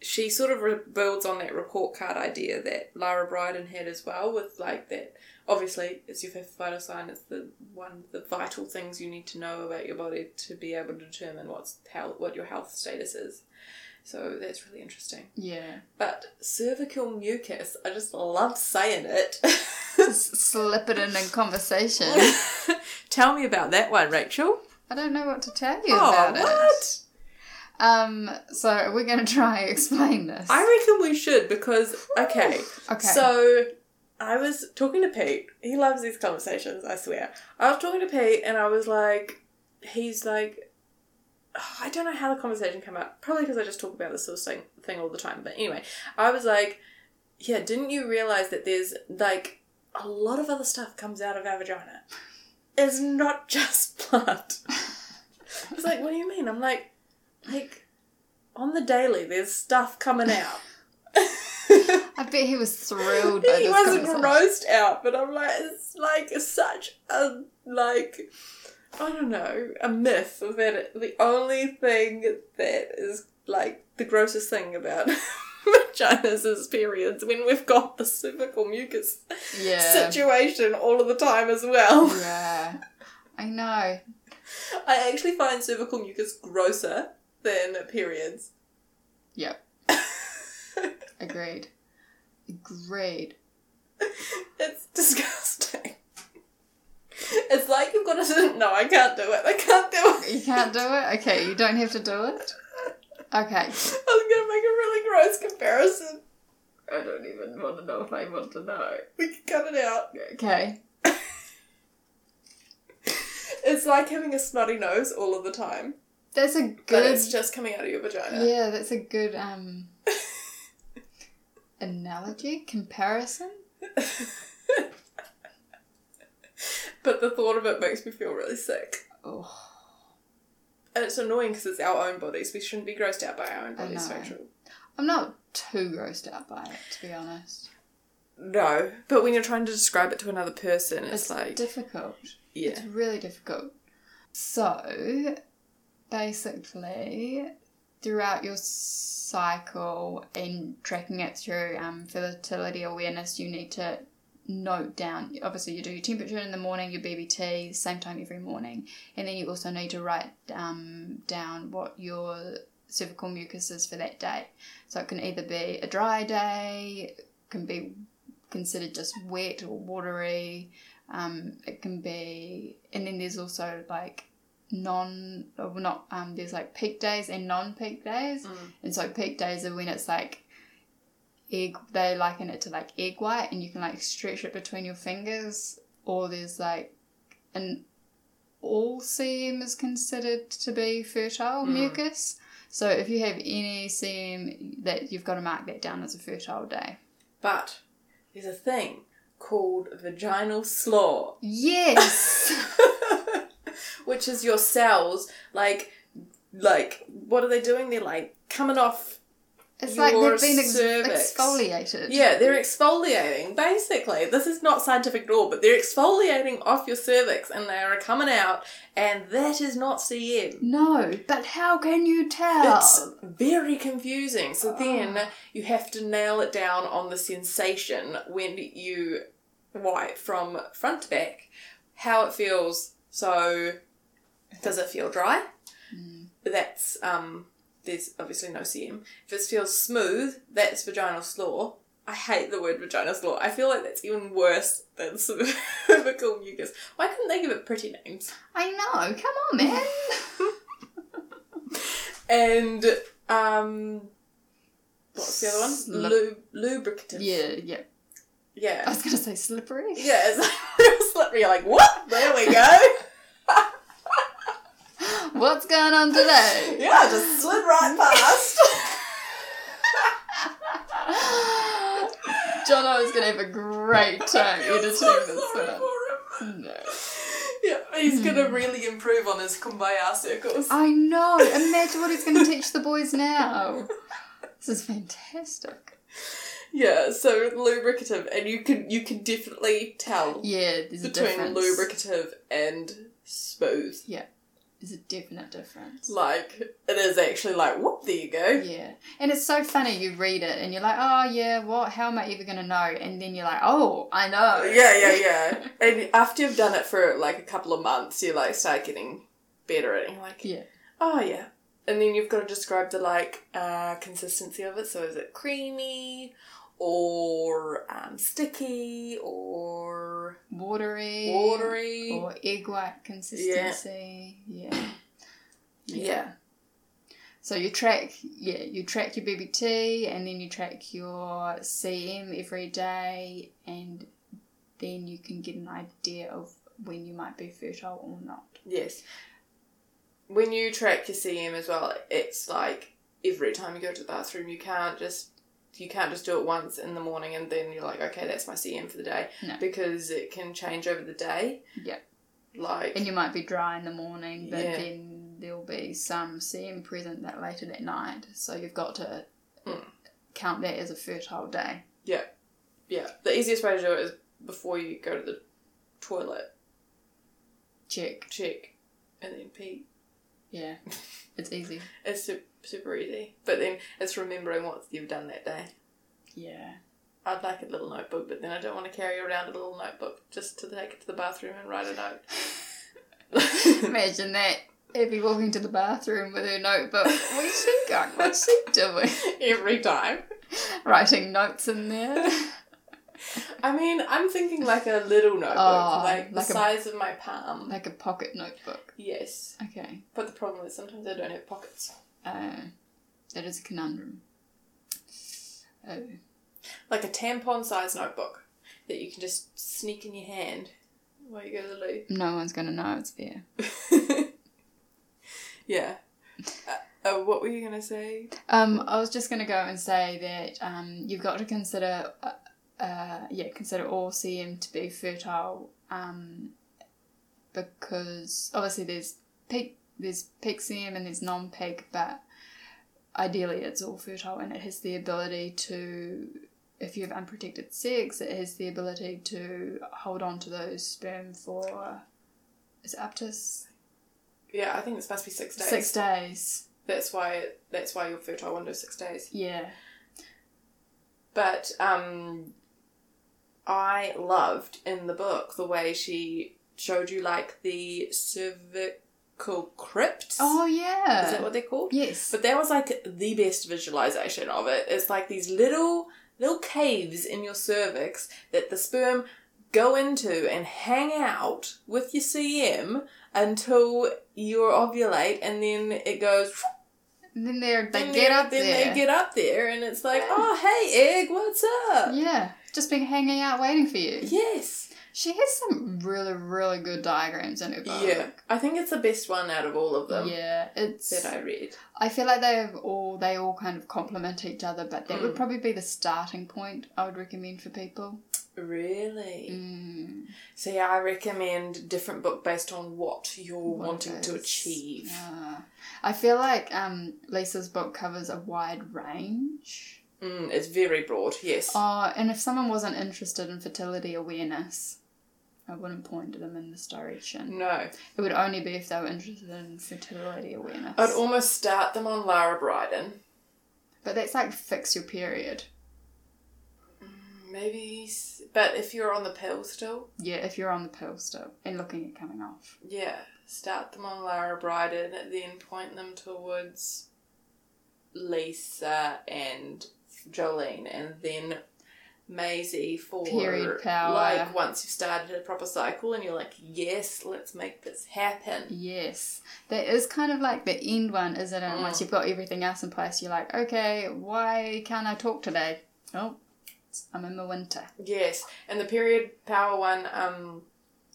Speaker 2: she sort of re- builds on that report card idea that Lara Bryden had as well, with like that. Obviously, it's your fifth vital sign. It's the one of the vital things you need to know about your body to be able to determine what's how what your health status is. So that's really interesting.
Speaker 1: Yeah.
Speaker 2: But cervical mucus, I just love saying it.
Speaker 1: Slip it in in conversation.
Speaker 2: Tell me about that one, Rachel.
Speaker 1: I don't know what to tell you
Speaker 2: Oh,
Speaker 1: about it.
Speaker 2: what?
Speaker 1: Um, so we're going to try and explain this.
Speaker 2: I reckon we should because okay.
Speaker 1: okay.
Speaker 2: So I was talking to Pete. He loves these conversations, I swear. I was talking to Pete and I was like, he's like, I don't know how the conversation came up. Probably because I just talk about this sort of thing, thing all the time. But anyway, I was like, yeah, didn't you realize that there's like a lot of other stuff comes out of our vagina? It's not just blood. He's like, what do you mean? I'm like, like, on the daily, there's stuff coming out.
Speaker 1: I bet he was thrilled by
Speaker 2: he
Speaker 1: this
Speaker 2: wasn't
Speaker 1: conversation.
Speaker 2: grossed out, but I'm like, it's like such a like, I don't know, a myth that it- the only thing that is like the grossest thing about vaginas is periods when we've got the cervical mucus
Speaker 1: Yeah.
Speaker 2: situation all of the time as well.
Speaker 1: yeah. I know.
Speaker 2: I actually find cervical mucus grosser than periods.
Speaker 1: Yep. Agreed. Agreed.
Speaker 2: It's disgusting. It's like you've got to. No, I can't do it. I can't do it.
Speaker 1: You can't do it? Okay, you don't have to do it? Okay.
Speaker 2: I was gonna make a really gross comparison.
Speaker 1: I don't even want to know if I want to know.
Speaker 2: We can cut it out.
Speaker 1: Okay.
Speaker 2: It's like having a snotty nose all of the time,
Speaker 1: That's a
Speaker 2: but
Speaker 1: good
Speaker 2: it's just coming out of your vagina.
Speaker 1: Yeah, that's a good um analogy, comparison.
Speaker 2: But the thought of it makes me feel really sick.
Speaker 1: Oh,
Speaker 2: And it's annoying because it's our own bodies. We shouldn't be grossed out by our own
Speaker 1: I
Speaker 2: bodies,
Speaker 1: know.
Speaker 2: Rachel.
Speaker 1: I'm not too grossed out by it, to be honest.
Speaker 2: No, but when you're trying to describe it to another person, it's, like
Speaker 1: difficult.
Speaker 2: yeah,
Speaker 1: It's really difficult. So, basically, throughout your cycle and tracking it through um, fertility awareness, you need to note down. Obviously, you do your temperature in the morning, your BBT, same time every morning, and then you also need to write um, down what your cervical mucus is for that day. So it can either be a dry day, can be considered just wet or watery. Um, it can be, and then there's also like non, well not, um, there's like peak days and non peak days.
Speaker 2: Mm.
Speaker 1: And so peak days are when it's like egg, they liken it to like egg white and you can like stretch it between your fingers. Or there's like an all CM is considered to be fertile
Speaker 2: Mm.
Speaker 1: mucus. So if you have any CM, that you've got to mark that down as a fertile day.
Speaker 2: But there's a thing called vaginal slaw,
Speaker 1: Yes.
Speaker 2: which is your cells like like what are they doing? They're like coming off.
Speaker 1: It's like
Speaker 2: Your
Speaker 1: they've been ex-
Speaker 2: cervix.
Speaker 1: exfoliated.
Speaker 2: Yeah, they're exfoliating. Basically, this is not scientific at all, but they're exfoliating off your cervix, and they are coming out, and that is not CM.
Speaker 1: No, but how can you tell?
Speaker 2: It's very confusing. So then you have to nail it down on the sensation when you wipe from front to back, how it feels. So, does it feel dry? That's um. There's obviously no CM. If it feels smooth, that's vaginal slaw. I hate the word vaginal slaw. I feel like that's even worse than cervical mucus. Why couldn't they give it pretty names?
Speaker 1: I know. Come on, man.
Speaker 2: And um, what's the other one?
Speaker 1: Slu-
Speaker 2: Lu- lubricative.
Speaker 1: yeah, yeah. I
Speaker 2: yeah,
Speaker 1: was gonna say slippery.
Speaker 2: yeah. It's like real slippery. You're like, what? There we go.
Speaker 1: What's going on today?
Speaker 2: yeah, just slid right past.
Speaker 1: Jono is gonna have a great time
Speaker 2: I'm
Speaker 1: editing
Speaker 2: so
Speaker 1: this
Speaker 2: sorry
Speaker 1: one.
Speaker 2: for him.
Speaker 1: No.
Speaker 2: Yeah, he's gonna really improve on his kumbaya circles.
Speaker 1: Hmm. I know. Imagine what he's gonna teach the boys now. This is fantastic.
Speaker 2: yeah, so lubricative, and you can you can definitely tell
Speaker 1: Yeah, there's a
Speaker 2: between
Speaker 1: difference.
Speaker 2: lubricative and smooth.
Speaker 1: There's a definite difference.
Speaker 2: Like it is actually like whoop, there you go.
Speaker 1: Yeah. And it's so funny, you read it and you're like, oh, yeah, what? How am I ever going to know? And then you're like, oh, I know.
Speaker 2: Yeah, yeah, yeah. and after you've done it for like a couple of months, you like start getting better at it. And you're like,
Speaker 1: Yeah.
Speaker 2: oh yeah, And then you've got to describe the like uh, consistency of it. So is it creamy or um, sticky or
Speaker 1: Watery.
Speaker 2: watery?
Speaker 1: Or egg white consistency. Yeah.
Speaker 2: yeah.
Speaker 1: So you track, yeah, you track your BBT and then you track your CM every day, and then you can get an idea of when you might be fertile or not.
Speaker 2: Yes. When you track your CM as well, it's like every time you go to the bathroom, you can't just you can't just do it once in the morning and then you're like, okay, that's my CM for the day
Speaker 1: No.
Speaker 2: because it can change over the day.
Speaker 1: Yeah.
Speaker 2: Like
Speaker 1: And you might be dry in the morning, but
Speaker 2: Yeah.
Speaker 1: then there'll be some CM present that later that night, so you've got to
Speaker 2: Mm.
Speaker 1: count that as a fertile day.
Speaker 2: yeah, the easiest way to do it is before you go to the toilet,
Speaker 1: Check.
Speaker 2: check, and then pee.
Speaker 1: Yeah, it's easy.
Speaker 2: It's su- super easy, but then it's remembering what you've done that day.
Speaker 1: Yeah.
Speaker 2: I'd like a little notebook, but then I don't want to carry around a little notebook just to take it to the bathroom and write a note.
Speaker 1: Imagine that. Abby walking to the bathroom with her notebook. Where's she going? What's she doing?
Speaker 2: Every time.
Speaker 1: Writing notes in there.
Speaker 2: I mean, I'm thinking like a little notebook,
Speaker 1: Oh,
Speaker 2: like the
Speaker 1: like a-
Speaker 2: size of my palm.
Speaker 1: Like a pocket notebook.
Speaker 2: yes,
Speaker 1: Okay.
Speaker 2: but the problem is sometimes I don't have pockets.
Speaker 1: Uh, that is a conundrum. Oh,
Speaker 2: Like a tampon size notebook that you can just sneak in your hand while you go to the loo.
Speaker 1: no one's going to know it's there.
Speaker 2: yeah. Uh, uh, what were you gonna say?
Speaker 1: Um, I was just going to go and say that um, you've got to consider, uh, uh, yeah, consider all CM to be fertile um, because obviously there's peak, there's peak CM and there's non-peak, but ideally it's all fertile and it has the ability to, if you have unprotected sex, it has the ability to hold on to those sperm for, is it up to s-
Speaker 2: Yeah, I think it's supposed to be six days.
Speaker 1: six days?
Speaker 2: That's why. That's why your fertile window is six days.
Speaker 1: Yeah.
Speaker 2: But um, I loved in the book the way she showed you like the cervical crypt.
Speaker 1: Oh yeah.
Speaker 2: is that what they're called?
Speaker 1: Yes.
Speaker 2: But that was like the best visualization of it. It's like these little little caves in your cervix that the sperm go into and hang out with your CM until you ovulate, and then it goes.
Speaker 1: And then they they get
Speaker 2: and then-
Speaker 1: up
Speaker 2: then
Speaker 1: there.
Speaker 2: they get up there, and it's like, oh hey, egg, what's up?
Speaker 1: yeah, just been hanging out waiting for you.
Speaker 2: Yes.
Speaker 1: She has some really really good diagrams in her book.
Speaker 2: Yeah. Um, I think it's the best one out of all of them
Speaker 1: Yeah, it's.
Speaker 2: that I read.
Speaker 1: I feel like they have all they all kind of complement each other, but that would
Speaker 2: Mm.
Speaker 1: probably be the starting point I would recommend for people.
Speaker 2: Really?
Speaker 1: Mm,
Speaker 2: So yeah, I recommend different book based on what you're
Speaker 1: what
Speaker 2: wanting
Speaker 1: it
Speaker 2: to
Speaker 1: is.
Speaker 2: achieve.
Speaker 1: Yeah. I feel like um, Lisa's book covers a wide range.
Speaker 2: Mm, it's very broad, yes.
Speaker 1: Oh, and if someone wasn't interested in fertility awareness, I wouldn't point to them in this direction.
Speaker 2: no.
Speaker 1: It would only be if they were interested in fertility awareness.
Speaker 2: I'd almost start them on Lara Bryden.
Speaker 1: but that's like fix your period.
Speaker 2: Maybe, s- but if you're on the pill still,
Speaker 1: Yeah, if you're on the pill still and looking at coming off.
Speaker 2: yeah, start them on Lara Bryden and then point them towards Lisa and Jolene and then Maisie for
Speaker 1: Period power.
Speaker 2: Like once you've started a proper cycle and you're like, yes, let's make this happen.
Speaker 1: Yes. That is kind of like the end one, isn't it?
Speaker 2: Mm.
Speaker 1: Once you've got everything else in place, you're like, okay, why can't I talk today? Oh, I'm in the winter.
Speaker 2: Yes, and the period power one, um,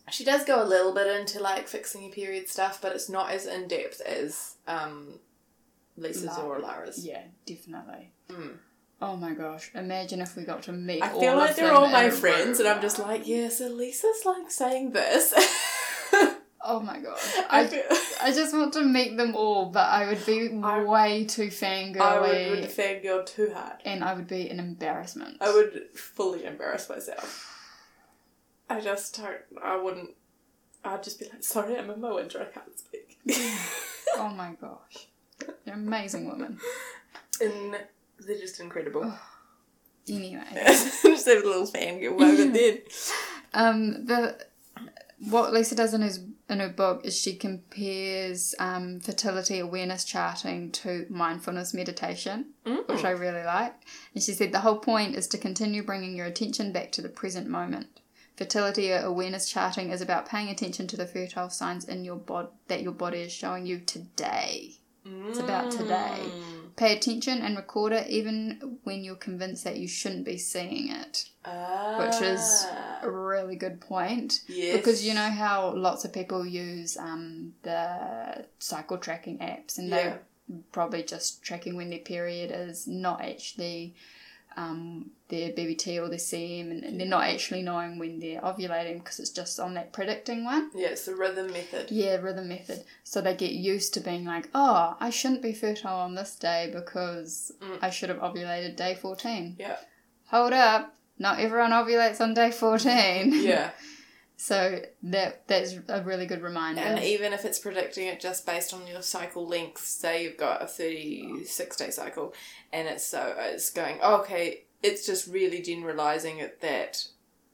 Speaker 2: she does go a little bit into like fixing your period stuff, but it's not as in depth as um, Lisa's
Speaker 1: Lara.
Speaker 2: or Lara's.
Speaker 1: Yeah, definitely.
Speaker 2: Mm.
Speaker 1: Oh my gosh, imagine if we got to meet
Speaker 2: I feel
Speaker 1: all
Speaker 2: like
Speaker 1: of
Speaker 2: they're
Speaker 1: them
Speaker 2: all
Speaker 1: in
Speaker 2: my
Speaker 1: a
Speaker 2: friends,
Speaker 1: room.
Speaker 2: and I'm just like, yeah, so Lisa's like saying this.
Speaker 1: Oh my gosh.
Speaker 2: I,
Speaker 1: I
Speaker 2: feel,
Speaker 1: I just want to meet them all, but I would be
Speaker 2: I-
Speaker 1: way too fangirly,
Speaker 2: I would, would fangirl too hard.
Speaker 1: and I would be an embarrassment.
Speaker 2: I would fully embarrass myself. I just don't, I wouldn't, I'd just be like, sorry, I'm in my winter, I can't speak.
Speaker 1: Oh my gosh, you're an amazing woman.
Speaker 2: and they're just incredible.
Speaker 1: Anyway,
Speaker 2: just have a little fangirl moment then.
Speaker 1: um, the what Lisa does in, his, in her book is she compares um, fertility awareness charting to mindfulness meditation, which I
Speaker 2: Mm.
Speaker 1: really like. And she said the whole point is to continue bringing your attention back to the present moment. Fertility awareness charting is about paying attention to the fertile signs in your bod that your body is showing you today. It's about today.
Speaker 2: Mm.
Speaker 1: Pay attention and record it even when you're convinced that you shouldn't be seeing it. Which is a really good point.
Speaker 2: Ah. Yes.
Speaker 1: Because you know how lots of people use um, the cycle tracking apps and they're probably just tracking when their period is, not actually um, their BBT or their CM, and, and they're not actually knowing when they're ovulating because it's just on that predicting one.
Speaker 2: Yeah, it's the rhythm method.
Speaker 1: Yeah, rhythm method. So they get used to being like, oh, I shouldn't be fertile on this day because
Speaker 2: Mm.
Speaker 1: I should have ovulated day 14.
Speaker 2: Yeah.
Speaker 1: Hold up, not everyone ovulates on day 14.
Speaker 2: Yeah.
Speaker 1: So that that's a really good reminder.
Speaker 2: And even if it's predicting it just based on your cycle length, say you've got a 36 day cycle, and it's so it's going, oh, okay, it's just really generalizing it that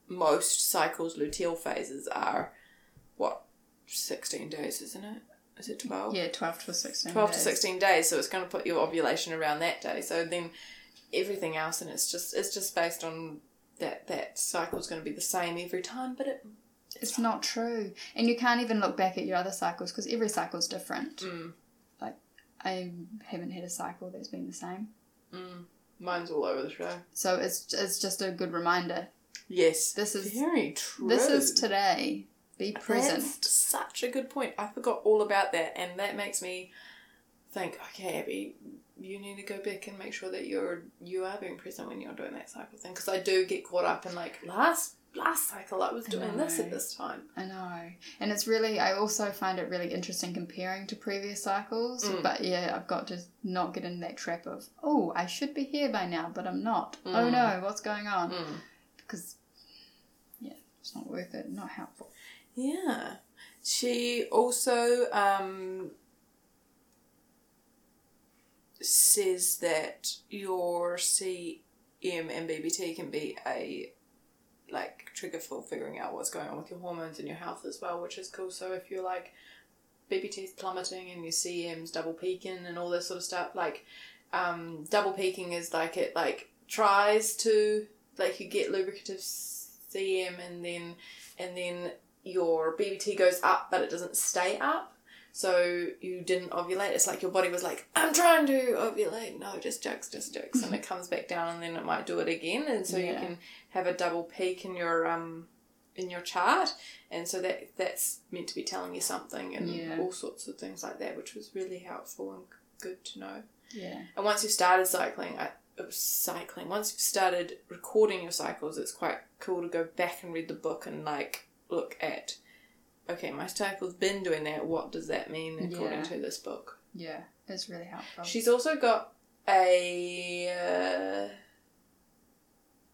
Speaker 2: most cycles, luteal phases are what, 16 days, isn't it? Is it 12?
Speaker 1: yeah, 12 to 16.
Speaker 2: 12
Speaker 1: days.
Speaker 2: to 16 days, so it's going to put your ovulation around that day. So then everything else, and it's just it's just based on that that cycle's going to be the same every time, but it
Speaker 1: It's not true. And you can't even look back at your other cycles because every cycle's different.
Speaker 2: Mm.
Speaker 1: Like, I haven't had a cycle that's been the same.
Speaker 2: mine's all over the show.
Speaker 1: So it's, it's just a good reminder.
Speaker 2: Yes,
Speaker 1: This is-
Speaker 2: very true.
Speaker 1: This is today. Be present.
Speaker 2: That's such a good point. I forgot all about that, and that makes me think. Okay, Abby, you need to go back and make sure that you're you are being present when you're doing that cycle thing. Because I do get caught up in like last last cycle I was doing this at
Speaker 1: know.
Speaker 2: this time.
Speaker 1: I know. And it's really, I also find it really interesting comparing to previous cycles.
Speaker 2: Mm.
Speaker 1: But yeah, I've got to not get in that trap of, oh, I should be here by now, but I'm not. Oh
Speaker 2: Mm.
Speaker 1: no, what's going on? Because, yeah, it's not worth it, not helpful.
Speaker 2: Yeah. She also um, says that your CM and BBT can be a like trigger for figuring out what's going on with your hormones and your health as well, which is cool. So if you're like BBT's plummeting and your CM's double peaking and all this sort of stuff, like um, double peaking is like it like tries to like you get lubricative CM and then and then your BBT goes up, but it doesn't stay up. So you didn't ovulate. It's like your body was like, I'm trying to ovulate. No, just jokes, just jokes, and it comes back down, and then it might do it again, and so you
Speaker 1: Yeah.
Speaker 2: can have a double peak in your um in your chart, and so that that's meant to be telling you something, and
Speaker 1: Yeah.
Speaker 2: all sorts of things like that, which was really helpful and good to know.
Speaker 1: Yeah.
Speaker 2: And once you've started cycling, I, uh, cycling, once you've started recording your cycles, it's quite cool to go back and read the book and like look at, okay, my cycle's been doing that. What does that mean according
Speaker 1: Yeah.
Speaker 2: to this book?
Speaker 1: Yeah, it's really helpful.
Speaker 2: She's also got a uh,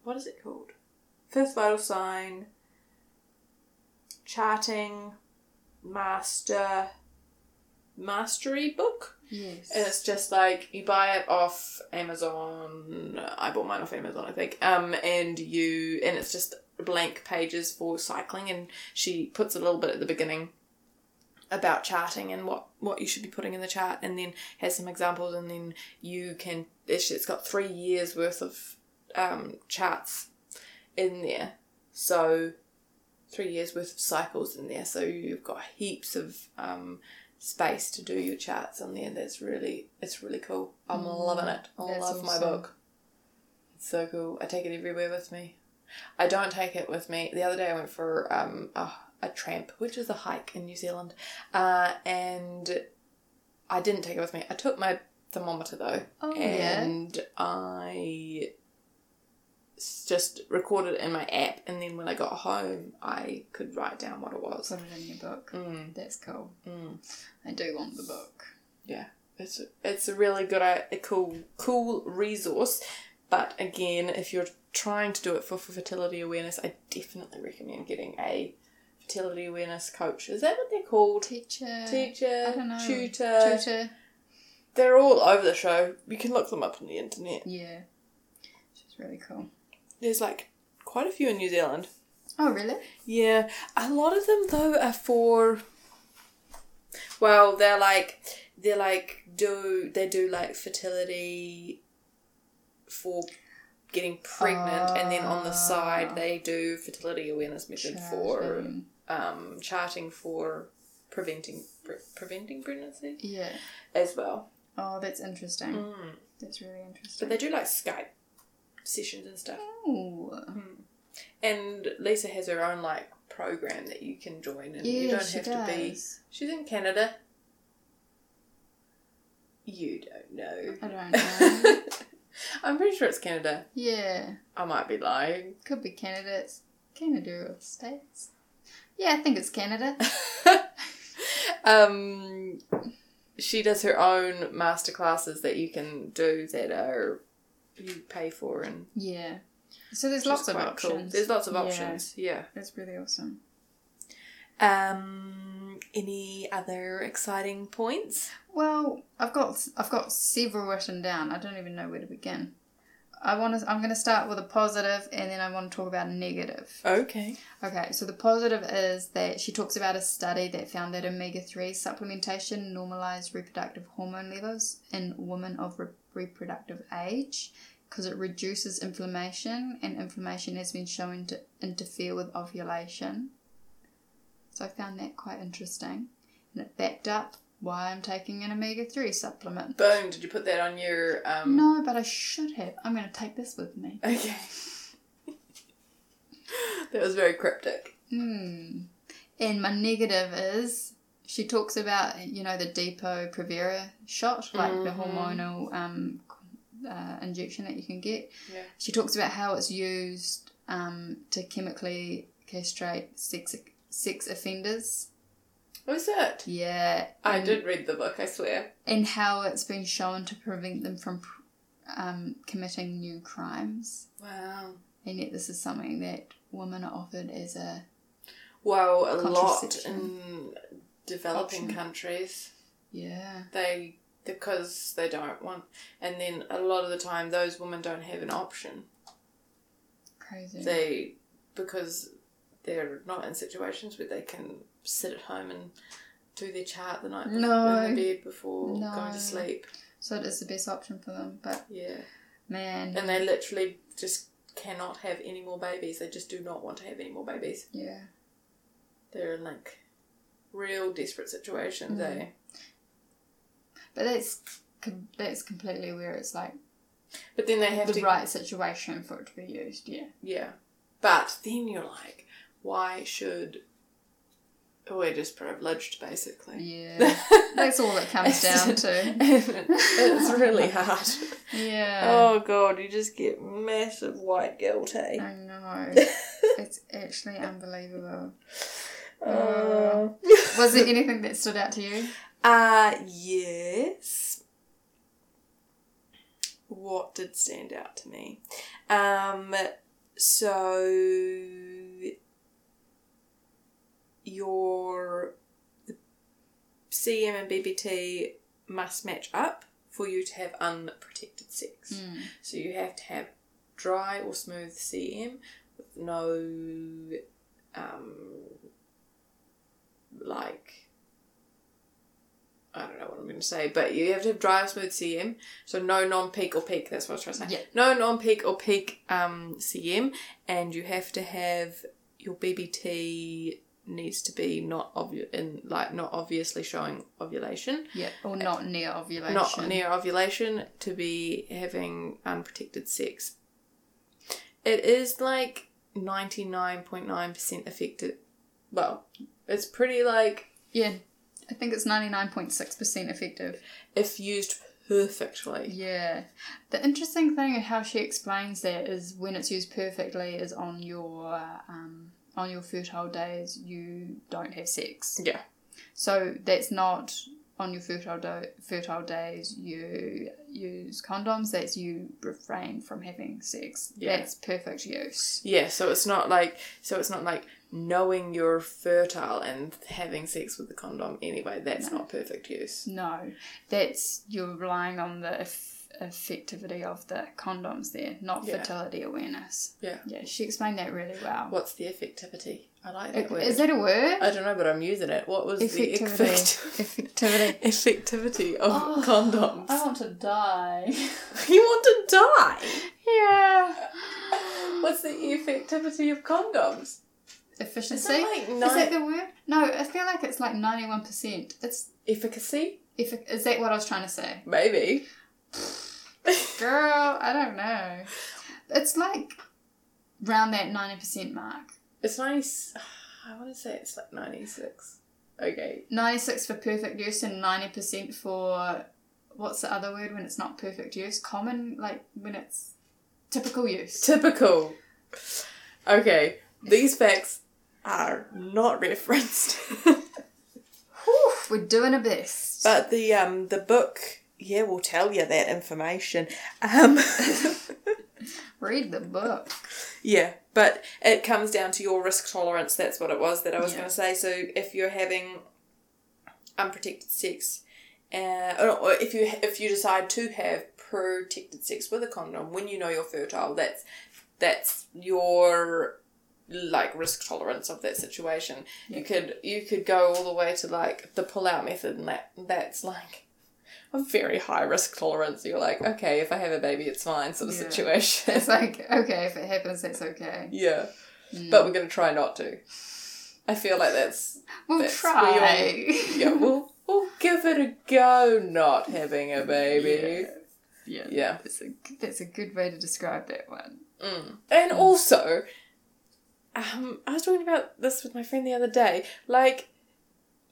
Speaker 2: what is it called? Fifth vital sign charting master mastery book.
Speaker 1: yes.
Speaker 2: And it's just like you buy it off Amazon. I bought mine off Amazon, I think. Um, and you and it's just blank pages for cycling, and she puts a little bit at the beginning about charting and what what you should be putting in the chart, and then has some examples, and then you can. It's, it's got three years worth of um, charts in there, so three years worth of cycles in there. So you've got heaps of um, space to do your charts on there. That's really it's really cool. I'm loving it. I
Speaker 1: Mm, that's
Speaker 2: love my
Speaker 1: awesome.
Speaker 2: book. It's so cool. I take it everywhere with me. I don't take it with me. The other day I went for um, a, a tramp, which is a hike in New Zealand, uh, and I didn't take it with me. I took my thermometer though,
Speaker 1: Oh, yeah.
Speaker 2: and I s- just recorded it in my app. And then when I got home, I could write down what it was.
Speaker 1: Put it in your book.
Speaker 2: Mm,
Speaker 1: That's cool.
Speaker 2: mm.
Speaker 1: I do want the book.
Speaker 2: Yeah, it's a, it's a really good, uh, a cool, cool resource. But again, if you're trying to do it for, for fertility awareness, I definitely recommend getting a fertility awareness coach. Is that what they're called?
Speaker 1: Teacher.
Speaker 2: Teacher,
Speaker 1: I don't know.
Speaker 2: tutor.
Speaker 1: Tutor.
Speaker 2: They're all over the show. You can look them up on the internet.
Speaker 1: Yeah. She's really cool.
Speaker 2: There's like quite a few in New Zealand.
Speaker 1: Oh, really?
Speaker 2: Yeah, a lot of them though are for. Well, they're like they're like do they do like fertility for getting pregnant, and then on the side they do fertility awareness method for
Speaker 1: Charting.
Speaker 2: um, charting for preventing pre- preventing pregnancy
Speaker 1: Yeah.
Speaker 2: as well.
Speaker 1: Oh, that's interesting. That's really
Speaker 2: Mm. But
Speaker 1: interesting.
Speaker 2: they do like Skype sessions and stuff.
Speaker 1: Ooh.
Speaker 2: And Lisa has her own like program that you can join, and you
Speaker 1: Yeah,
Speaker 2: don't
Speaker 1: she
Speaker 2: have to be
Speaker 1: does.
Speaker 2: She's in Canada. You don't know.
Speaker 1: I don't know.
Speaker 2: I'm pretty sure it's Canada.
Speaker 1: yeah.
Speaker 2: I might be lying.
Speaker 1: Could be candidates. Canada or states. Yeah, I think it's Canada.
Speaker 2: um, she does her own masterclasses that you can do that are you pay for and
Speaker 1: yeah. So there's
Speaker 2: which
Speaker 1: lots
Speaker 2: is
Speaker 1: of
Speaker 2: quite
Speaker 1: options.
Speaker 2: Cool. There's lots of
Speaker 1: Yeah.
Speaker 2: options. Yeah.
Speaker 1: That's really awesome.
Speaker 2: Um, any other exciting points?
Speaker 1: Well, I've got I've got several written down. I don't even know where to begin. I want to. I'm going to start with a positive, and then I want to talk about a negative.
Speaker 2: Okay.
Speaker 1: Okay, so the positive is that she talks about a study that found that omega 3 supplementation normalized reproductive hormone levels in women of re- reproductive age because it reduces inflammation, and inflammation has been shown to interfere with ovulation. So I found that quite interesting. And it backed up why I'm taking an omega 3 supplement.
Speaker 2: Boom! Did you put that on your um?
Speaker 1: No, but I should have. I'm going to take this with me.
Speaker 2: Okay. that was very cryptic.
Speaker 1: Hmm. And my negative is she talks about you know the Depo Provera shot, like the
Speaker 2: Mhm.
Speaker 1: hormonal um, uh, injection that you can get.
Speaker 2: Yeah.
Speaker 1: She talks about how it's used um, to chemically castrate sex sex offenders.
Speaker 2: Was Oh, it?
Speaker 1: Yeah,
Speaker 2: I
Speaker 1: and,
Speaker 2: did read the book, I swear.
Speaker 1: And how it's been shown to prevent them from um, committing new crimes,
Speaker 2: Wow.
Speaker 1: and yet this is something that women are offered as a
Speaker 2: Well, a lot in
Speaker 1: Contraception.
Speaker 2: developing
Speaker 1: Option.
Speaker 2: countries,
Speaker 1: yeah
Speaker 2: they because they don't want, and then a lot of the time those women don't have an option.
Speaker 1: crazy.
Speaker 2: They because they're not in situations where they can sit at home and do their chart the night
Speaker 1: No.
Speaker 2: in the bed before
Speaker 1: No.
Speaker 2: going to sleep.
Speaker 1: So it is the best option for them, but
Speaker 2: Yeah.
Speaker 1: man,
Speaker 2: and they literally just cannot have any more babies. They just do not want to have any more babies.
Speaker 1: yeah.
Speaker 2: They're in like real desperate situations.
Speaker 1: Mm.
Speaker 2: Eh?
Speaker 1: But that's com- that's completely where it's like
Speaker 2: But then they have
Speaker 1: the
Speaker 2: to,
Speaker 1: right situation for it to be used. Yeah,
Speaker 2: yeah. But then you're like, why should Oh, we're just privileged, basically?
Speaker 1: yeah. that's all it comes down to.
Speaker 2: it's really hard.
Speaker 1: Yeah,
Speaker 2: Oh god, you just get massive white guilt, eh?
Speaker 1: I know. It's actually unbelievable.
Speaker 2: Uh,
Speaker 1: Was there anything that stood out to you?
Speaker 2: Uh, yes. What did stand out to me? Um, so your CM and BBT must match up for you to have unprotected sex.
Speaker 1: Mm.
Speaker 2: So you have to have dry or smooth CM with no um, like I don't know what I'm going to say, but you have to have dry or smooth CM. So no non-peak or peak. That's what I was trying to say.
Speaker 1: Yeah.
Speaker 2: No non-peak or peak um, CM, and you have to have your BBT needs to be not obvious in like not obviously showing ovulation
Speaker 1: Yeah, or not near ovulation.
Speaker 2: not near ovulation to be having unprotected sex. It is like 99.9% effective. Well, it's pretty like
Speaker 1: Yeah, I think it's ninety nine point six percent effective.
Speaker 2: if used perfectly.
Speaker 1: Yeah. The interesting thing of how she explains that is when it's used perfectly is on your um, on your fertile days you don't have sex.
Speaker 2: Yeah.
Speaker 1: So that's not on your fertile do- fertile days you use condoms. That's you refrain from having sex.
Speaker 2: Yeah.
Speaker 1: That's perfect use.
Speaker 2: Yeah, so it's not like so it's not like knowing you're fertile and having sex with the condom anyway. That's not perfect use.
Speaker 1: No, that's you're relying on the eff- effectivity of the condoms there, not
Speaker 2: Yeah.
Speaker 1: fertility awareness.
Speaker 2: Yeah.
Speaker 1: Yeah, she explained that really well.
Speaker 2: What's the effectivity? I like that
Speaker 1: Is
Speaker 2: word.
Speaker 1: that a word?
Speaker 2: I don't know, but I'm using it. What was the
Speaker 1: Effectivity.
Speaker 2: effect-
Speaker 1: Effectivity.
Speaker 2: effectivity of
Speaker 1: Oh,
Speaker 2: condoms?
Speaker 1: I want to die.
Speaker 2: You want to die?
Speaker 1: yeah.
Speaker 2: What's the effectivity of condoms?
Speaker 1: Efficiency?
Speaker 2: Is that like nine-
Speaker 1: Is that the word? No, I feel like it's like 91%. It's
Speaker 2: Efficacy?
Speaker 1: if is that what I was trying to say?
Speaker 2: Maybe.
Speaker 1: Girl, I don't know. It's like round that 90% mark.
Speaker 2: It's 90. I want to say it's like 96. Okay.
Speaker 1: 96 for perfect use and 90% for what's the other word when it's not perfect use? Common, like when it's typical use.
Speaker 2: Typical. Okay. These facts are not referenced.
Speaker 1: Whew, we're doing our best.
Speaker 2: but the um the book yeah will tell you that information. Um
Speaker 1: Read the book.
Speaker 2: Yeah, but it comes down to your risk tolerance. That's what it was that I was
Speaker 1: Yeah.
Speaker 2: going to say. So if you're having unprotected sex, uh, or or if you if you decide to have protected sex with a condom when you know you're fertile, that's that's your like risk tolerance of that situation. You could you could go all the way to like the pull out method, and that that's like a very high risk tolerance. You're like, okay, if I have a baby, it's fine sort of
Speaker 1: Yeah.
Speaker 2: situation.
Speaker 1: It's like, okay, if it happens, that's okay.
Speaker 2: Yeah. But we're going to try not to. I feel like that's.
Speaker 1: We'll
Speaker 2: That's
Speaker 1: try.
Speaker 2: Yeah, we'll, we'll give it a go not having a baby.
Speaker 1: Yeah.
Speaker 2: Yeah.
Speaker 1: That's a, that's a good way to describe that one.
Speaker 2: And also, um, I was talking about this with my friend the other day. Like,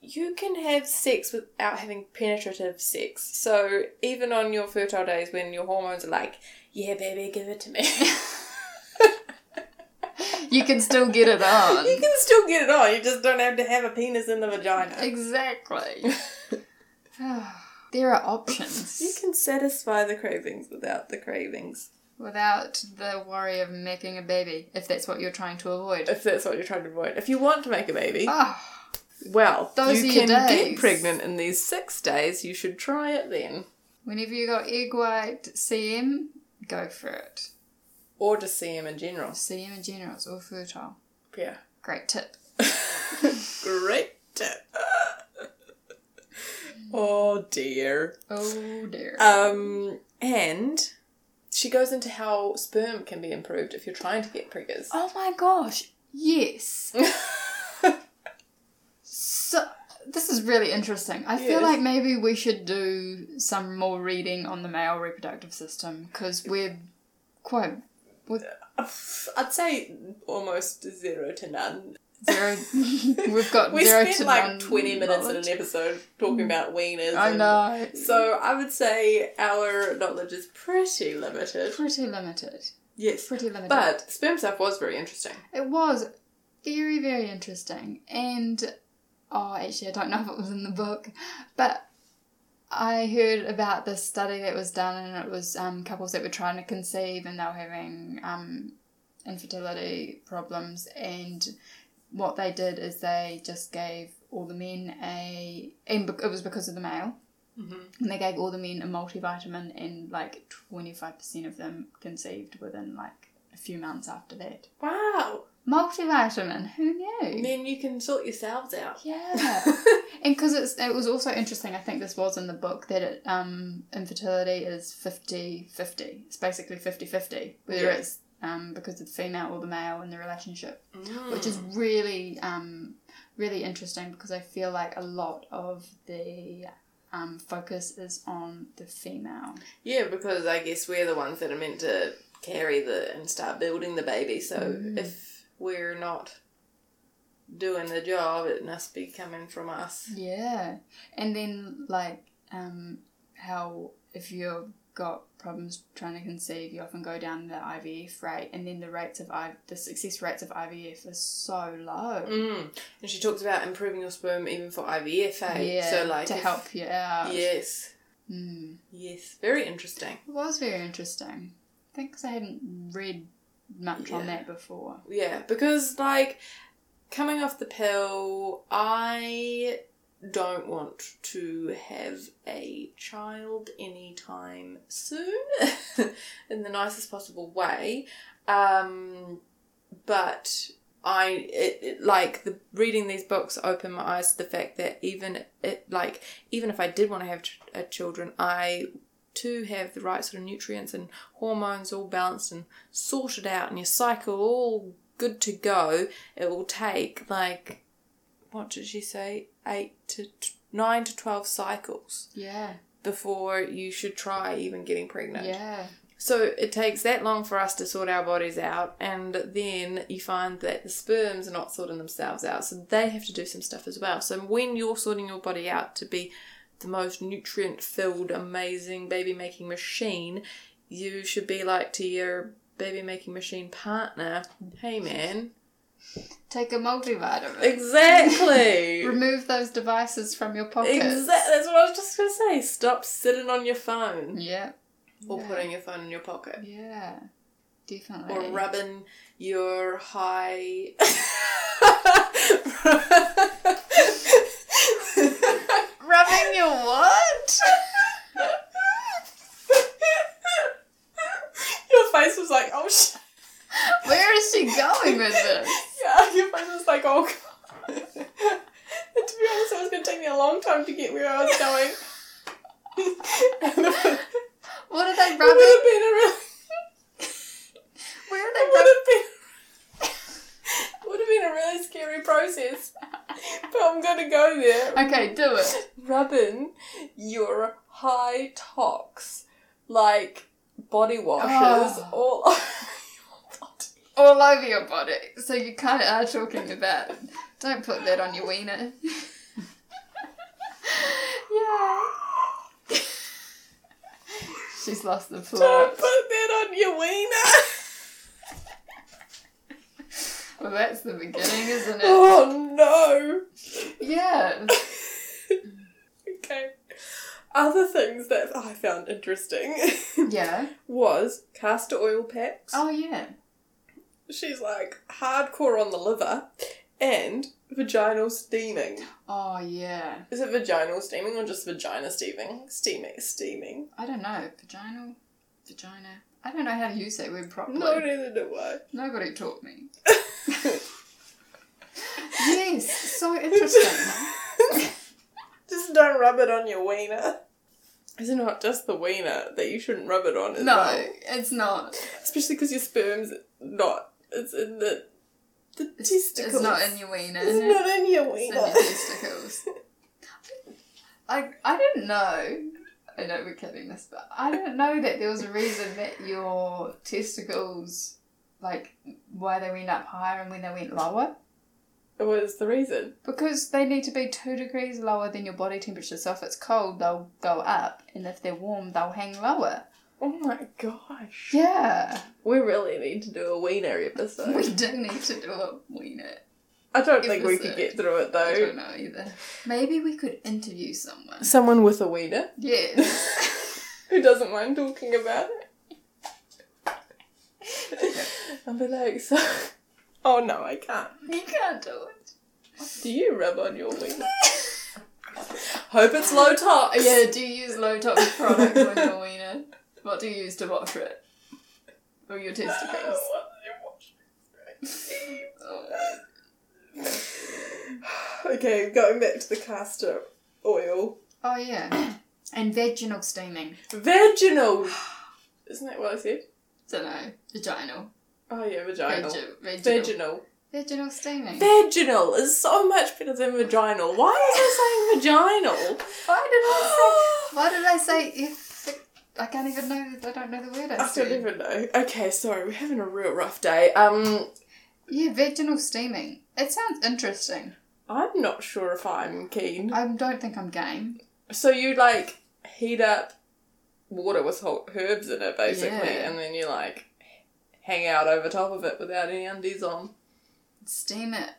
Speaker 2: you can have sex without having penetrative sex. So, even on your fertile days when your hormones are like, yeah, baby, give it to me.
Speaker 1: You can still get it on.
Speaker 2: you can still get it on. You just don't have to have a penis in the vagina.
Speaker 1: Exactly. there are options
Speaker 2: You can satisfy the cravings without the cravings.
Speaker 1: without the worry of making a baby, if that's what you're trying to avoid.
Speaker 2: If that's what you're trying to avoid. If you want to make a baby,
Speaker 1: Oh,
Speaker 2: well,
Speaker 1: Those
Speaker 2: you
Speaker 1: are your
Speaker 2: can get
Speaker 1: days.
Speaker 2: pregnant in these six days. You should try it then.
Speaker 1: whenever you got egg white CM, go for it.
Speaker 2: Or just CM in general.
Speaker 1: CM in general is all fertile.
Speaker 2: Yeah.
Speaker 1: Great tip.
Speaker 2: Great tip. oh dear.
Speaker 1: Oh dear.
Speaker 2: Um, and she goes into how sperm can be improved if you're trying to get preggers.
Speaker 1: oh my gosh. Yes. So this is really interesting. I feel
Speaker 2: Yes.
Speaker 1: like maybe we should do some more reading on the male reproductive system because we're quite
Speaker 2: I'd say almost zero to none
Speaker 1: zero. we've got
Speaker 2: We
Speaker 1: Um, zero
Speaker 2: spent
Speaker 1: to
Speaker 2: like
Speaker 1: none
Speaker 2: 20 minutes in
Speaker 1: knowledge. Mm.
Speaker 2: an episode talking about wieners.
Speaker 1: I
Speaker 2: and-
Speaker 1: know.
Speaker 2: So I would say our knowledge is pretty limited.
Speaker 1: Pretty limited.
Speaker 2: Yes.
Speaker 1: Pretty limited.
Speaker 2: But sperm stuff was very interesting.
Speaker 1: it was very very interesting and oh actually I don't know if it was in the book, but. I heard about this study that was done, and it was um, couples that were trying to conceive, and they were having um, infertility problems and what they did is they just gave all the men a and bec- it was because of the male and they gave all the men a multivitamin and like 25% of them conceived within like a few months after that
Speaker 2: Wow.
Speaker 1: multivitamin who knew
Speaker 2: Then you can sort yourselves out.
Speaker 1: yeah and because it was also interesting i think this was in the book that it, um, infertility is 50-50 it's basically 50-50 whether
Speaker 2: Yeah.
Speaker 1: it's um, because of the female or the male in the relationship which is really um, really interesting because I feel like a lot of the um, focus is on the female.
Speaker 2: Yeah, because I guess we're the ones that are meant to carry the and start building the baby. So
Speaker 1: Mm.
Speaker 2: if we're not doing the job, it must be coming from us.
Speaker 1: Yeah, and then like um, how if you've got problems trying to conceive, you often go down the IVF rate, and then the rates of I- the success rates of IVF are so low.
Speaker 2: Mm. And she talks about improving your sperm even for IVF. eh?
Speaker 1: Uh, Yeah,
Speaker 2: so like
Speaker 1: to
Speaker 2: if-
Speaker 1: help you out.
Speaker 2: Yes.
Speaker 1: Mm.
Speaker 2: Yes. Very interesting.
Speaker 1: It was very interesting. I think 'cause I hadn't read much on
Speaker 2: Yeah.
Speaker 1: that before.
Speaker 2: Yeah, because like coming off the pill, I don't want to have a child anytime soon in the nicest possible way. Um, but I it, it- like the reading these books opened my eyes to the fact that even it like even if I did want to have ch- uh, children, I too have the right sort of nutrients and hormones all balanced and sorted out, and your cycle all good to go. It will take like what did she say eight to t- nine to twelve cycles
Speaker 1: Yeah.
Speaker 2: before you should try even getting pregnant.
Speaker 1: Yeah.
Speaker 2: So it takes that long for us to sort our bodies out, and then you find that the sperms are not sorting themselves out, so they have to do some stuff as well. So when you're sorting your body out to be the most nutrient filled, amazing baby making machine, you should be like to your baby making machine partner, hey man.
Speaker 1: Take a multivitamin.
Speaker 2: Exactly!
Speaker 1: Remove those devices from your pockets.
Speaker 2: Exactly. That's what I was just gonna say. Stop sitting on your phone
Speaker 1: Yeah.
Speaker 2: or
Speaker 1: Yeah.
Speaker 2: putting your phone in your pocket.
Speaker 1: Yeah. Definitely.
Speaker 2: or rubbing your high.
Speaker 1: rubbing your what?
Speaker 2: your face was like, oh shit.
Speaker 1: Where is she going with this?
Speaker 2: Yeah, your face was like, oh god. and to be honest, it was going to take me a long time to get where I was going. it
Speaker 1: What are they
Speaker 2: would have
Speaker 1: rubbing?
Speaker 2: been a really.
Speaker 1: Where are
Speaker 2: It
Speaker 1: they rubbing?
Speaker 2: would have been. Would have been a really scary process, but I'm gonna go there.
Speaker 1: Okay, do it.
Speaker 2: rubbing your high tox like body washes
Speaker 1: Oh.
Speaker 2: all over your body.
Speaker 1: All over your body. So you kind of are talking about. Don't put that on your wiener. yeah. She's lost the floor.
Speaker 2: Don't put that on your wiener.
Speaker 1: Well, that's the beginning, isn't it?
Speaker 2: oh
Speaker 1: Yeah.
Speaker 2: no. Okay. Other things that I found interesting
Speaker 1: Yeah.
Speaker 2: was castor oil packs.
Speaker 1: Oh, yeah.
Speaker 2: She's like hardcore on the liver and vaginal steaming.
Speaker 1: Oh, yeah.
Speaker 2: Is it vaginal steaming or just vagina steaming? Steaming, steaming.
Speaker 1: I don't know. Vaginal? Vagina? I don't know how to use that word properly.
Speaker 2: No, neither do I.
Speaker 1: Nobody taught me. Yes, so interesting.
Speaker 2: just don't rub it on your wiener. Is it not just the wiener that you shouldn't rub it on as
Speaker 1: No,
Speaker 2: well?
Speaker 1: it's not.
Speaker 2: Especially because your sperm's not. It's in the, the testicles.
Speaker 1: It's not in your wiener.
Speaker 2: It's
Speaker 1: is it?
Speaker 2: not in your
Speaker 1: It's in
Speaker 2: wiener.
Speaker 1: your testicles. I, I didn't know. I know we're kidding this, but I didn't know that there was a reason that your testicles, like, why they went up higher and when they went lower.
Speaker 2: It was the reason.
Speaker 1: Because they need to be two degrees lower than your body temperature. So if it's cold, they'll go up, and if they're warm, they'll hang lower.
Speaker 2: Oh my gosh.
Speaker 1: Yeah,
Speaker 2: We really need to do a wiener episode.
Speaker 1: we do need to do a wiener.
Speaker 2: I don't think we
Speaker 1: episode.
Speaker 2: could get through it
Speaker 1: I
Speaker 2: though.
Speaker 1: don't know either. Maybe we could interview someone.
Speaker 2: Someone with a wiener
Speaker 1: Yes.
Speaker 2: who doesn't mind talking about it. I'll be like, so. Oh no, I can't.
Speaker 1: you can't do it.
Speaker 2: Do you rub on your wiener? Hope it's low tox.
Speaker 1: Yeah, do you use low tox product on your wiener? What do you use to wash it? Or your testicles? Oh.
Speaker 2: okay, going back to the castor oil.
Speaker 1: Oh, yeah. And vaginal steaming.
Speaker 2: Vaginal! Isn't that what I said?
Speaker 1: Dunno. Vaginal.
Speaker 2: Oh yeah, vaginal.
Speaker 1: Vagi- Vaginal.
Speaker 2: Vaginal.
Speaker 1: Vaginal steaming.
Speaker 2: Vaginal is so much better than vaginal. Why was I saying vaginal?
Speaker 1: Why did I say? Why did I say? If, I can't even know. I don't know the word. I,
Speaker 2: I don't
Speaker 1: said.
Speaker 2: even know. Okay, sorry, we're having a real rough day. Um,
Speaker 1: Yeah, vaginal steaming. It sounds interesting.
Speaker 2: I'm not sure if I'm keen.
Speaker 1: I don't think I'm game.
Speaker 2: So you like heat up water with whole herbs in it basically,
Speaker 1: Yeah.
Speaker 2: and then you like hang out over top of it without any undies on.
Speaker 1: Steam it.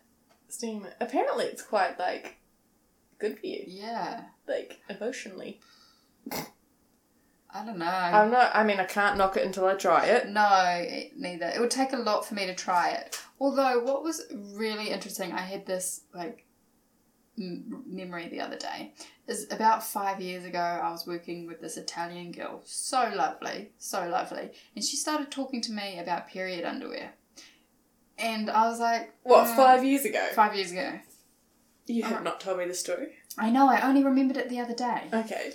Speaker 2: Steam it. Apparently, it's quite like good for you,
Speaker 1: Yeah.
Speaker 2: like emotionally.
Speaker 1: I don't know.
Speaker 2: I'm not. I mean, I can't knock it until I try it.
Speaker 1: No, it- neither. It would take a lot for me to try it. Although, what was really interesting, I had this like m- memory the other day is about five years ago i was working with this italian girl so lovely so lovely and she started talking to me about period underwear and i was like
Speaker 2: What,
Speaker 1: mm,
Speaker 2: five years ago?
Speaker 1: five Uh-huh. years ago
Speaker 2: You have not told me the story.
Speaker 1: i know i only remembered it the other day
Speaker 2: Okay.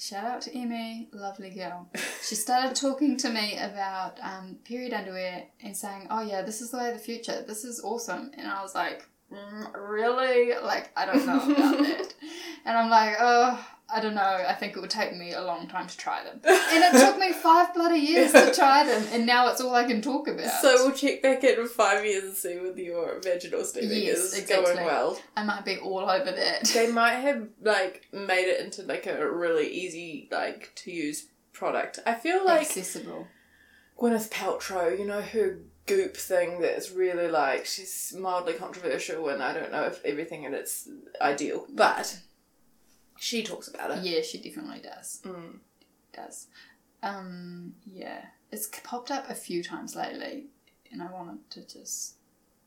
Speaker 1: Shout out to Emmy, lovely girl. She started talking to me about um, period underwear and saying, "Oh yeah, this is the way of the future. This is awesome." And I was like, mm, "Really? Like I don't know about that." And I'm like, "Oh, I don't know. I think it would take me a long time to try them." And it took me five bloody years to try them, and now it's all I can talk about.
Speaker 2: So we'll check back in in five years and see whether your vaginal steaming
Speaker 1: Yes,
Speaker 2: is
Speaker 1: exactly.
Speaker 2: going well.
Speaker 1: I might be all over that.
Speaker 2: They might have like made it into like a really easy like to use product. I feel like
Speaker 1: Accessible.
Speaker 2: Gwyneth Paltrow, you know her goop thing that's really like she's mildly controversial and I don't know if everything in it's ideal, but she talks about it.
Speaker 1: Yeah, she definitely does.
Speaker 2: Mm.
Speaker 1: does. Um, yeah, it's c- popped up a few times lately, and I wanted to just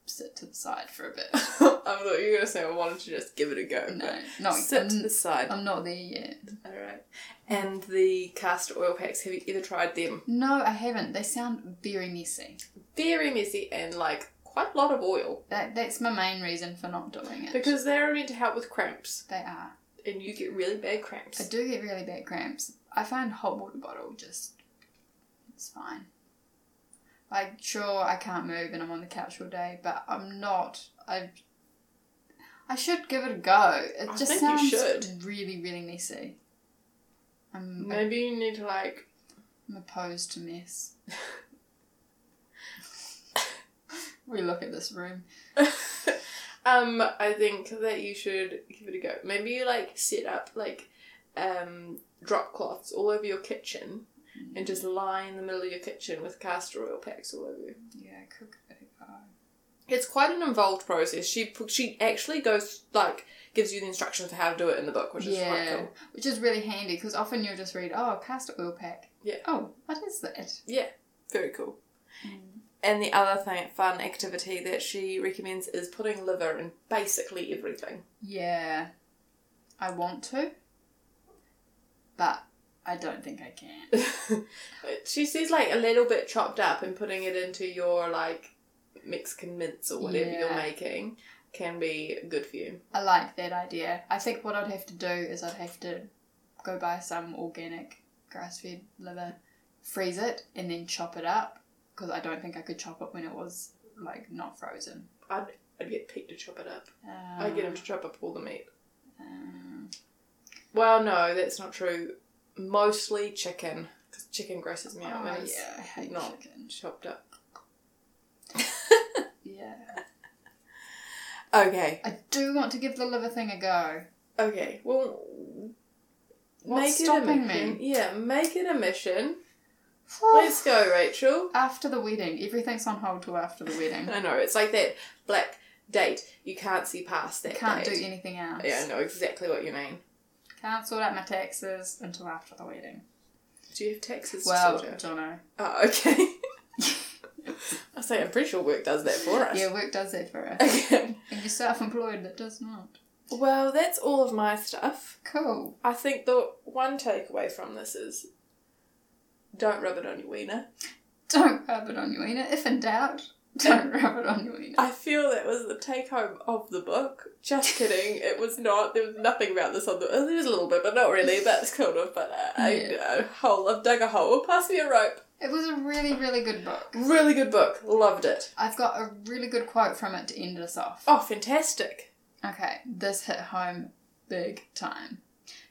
Speaker 1: sit to the side for a bit.
Speaker 2: I thought you were gonna say I wanted to just give it a go.
Speaker 1: No,
Speaker 2: but
Speaker 1: not
Speaker 2: sit to
Speaker 1: I'm,
Speaker 2: the side.
Speaker 1: I'm not there yet.
Speaker 2: All right. And the castor oil packs. Have you ever tried them?
Speaker 1: No, I haven't. They sound very messy.
Speaker 2: Very messy and like quite a lot of oil
Speaker 1: That that's my main reason for not doing it.
Speaker 2: because they're meant to help with cramps,
Speaker 1: they are.
Speaker 2: and you get really bad
Speaker 1: I
Speaker 2: cramps.
Speaker 1: do get really bad cramps. I find hot water bottle just it's fine. Like sure I can't move and I'm on the couch all day, but I'm not. I I should give it a go. It
Speaker 2: I
Speaker 1: just
Speaker 2: think you
Speaker 1: sounds
Speaker 2: should.
Speaker 1: really really messy. I'm,
Speaker 2: Maybe you need to like.
Speaker 1: I'm opposed to mess. we look at this room.
Speaker 2: um, I think that you should give it a go. Maybe you like set up like um drop cloths all over your kitchen and just lie in the middle of your kitchen with castor oil packs all over you.
Speaker 1: Yeah, I could give it a go.
Speaker 2: It's quite an involved process. She pu- she actually goes like gives you the instructions of how to do it in the book, which is quite
Speaker 1: yeah,
Speaker 2: cool.
Speaker 1: which is really handy because often you'll just read, "Oh, castor oil pack."
Speaker 2: Yeah.
Speaker 1: Oh, what is that?
Speaker 2: Yeah, very cool.
Speaker 1: Mm.
Speaker 2: And the other thing, fun activity that she recommends is putting liver in basically everything.
Speaker 1: Yeah, I want to, but I don't think I can.
Speaker 2: she says like a little bit chopped up and putting it into your like Mexican mince or whatever you're
Speaker 1: Yeah.
Speaker 2: making can be good for you.
Speaker 1: I like that idea. I think what I'd have to do is I'd have to go buy some organic grass fed liver, freeze it, and then chop it up because I don't think I could chop it when it was like not frozen.
Speaker 2: I'd I'd get Pete to chop it up.
Speaker 1: Um,
Speaker 2: I'd get him to chop up all the meat.
Speaker 1: um,
Speaker 2: Well, no, that's not true. Mostly chicken. 'Cause chicken grosses me out
Speaker 1: oh,
Speaker 2: when
Speaker 1: yeah,
Speaker 2: it's
Speaker 1: I hate
Speaker 2: not
Speaker 1: chicken.
Speaker 2: chopped up.
Speaker 1: Yeah.
Speaker 2: Okay.
Speaker 1: I do want to give the liver thing a go.
Speaker 2: Okay. Well,
Speaker 1: What's
Speaker 2: make
Speaker 1: stopping
Speaker 2: it a mission.
Speaker 1: me?
Speaker 2: Yeah, make it a mission. Let's go, Rachel.
Speaker 1: After the wedding, everything's on hold till after the wedding.
Speaker 2: I know it's like that black date. You can't see past that.
Speaker 1: Can't do
Speaker 2: date.
Speaker 1: anything else.
Speaker 2: Yeah, I know exactly what you mean.
Speaker 1: Can't sort out my taxes until after the wedding.
Speaker 2: Do you have taxes
Speaker 1: Well,
Speaker 2: to sort out?
Speaker 1: Jono.
Speaker 2: Oh, okay. I say I'm pretty sure work does that for us.
Speaker 1: Yeah, work does that for us.
Speaker 2: Okay.
Speaker 1: And you're self-employed, that does not.
Speaker 2: Well, that's all of my stuff.
Speaker 1: Cool.
Speaker 2: I think the one takeaway from this is don't rub it on your wiener.
Speaker 1: Don't rub it on your wiener. If in doubt, don't rub it on your wiener.
Speaker 2: I feel that was the take home of the book. Just kidding, it was not. There was nothing about this on the. There was a little bit, but not really. That's kind of. But uh, I, a hole. I've dug a hole. Pass me a rope.
Speaker 1: It was a really, really good book.
Speaker 2: Really good book. Loved it.
Speaker 1: I've got a really good quote from it to end us off.
Speaker 2: Oh, fantastic.
Speaker 1: Okay, this hit home big time.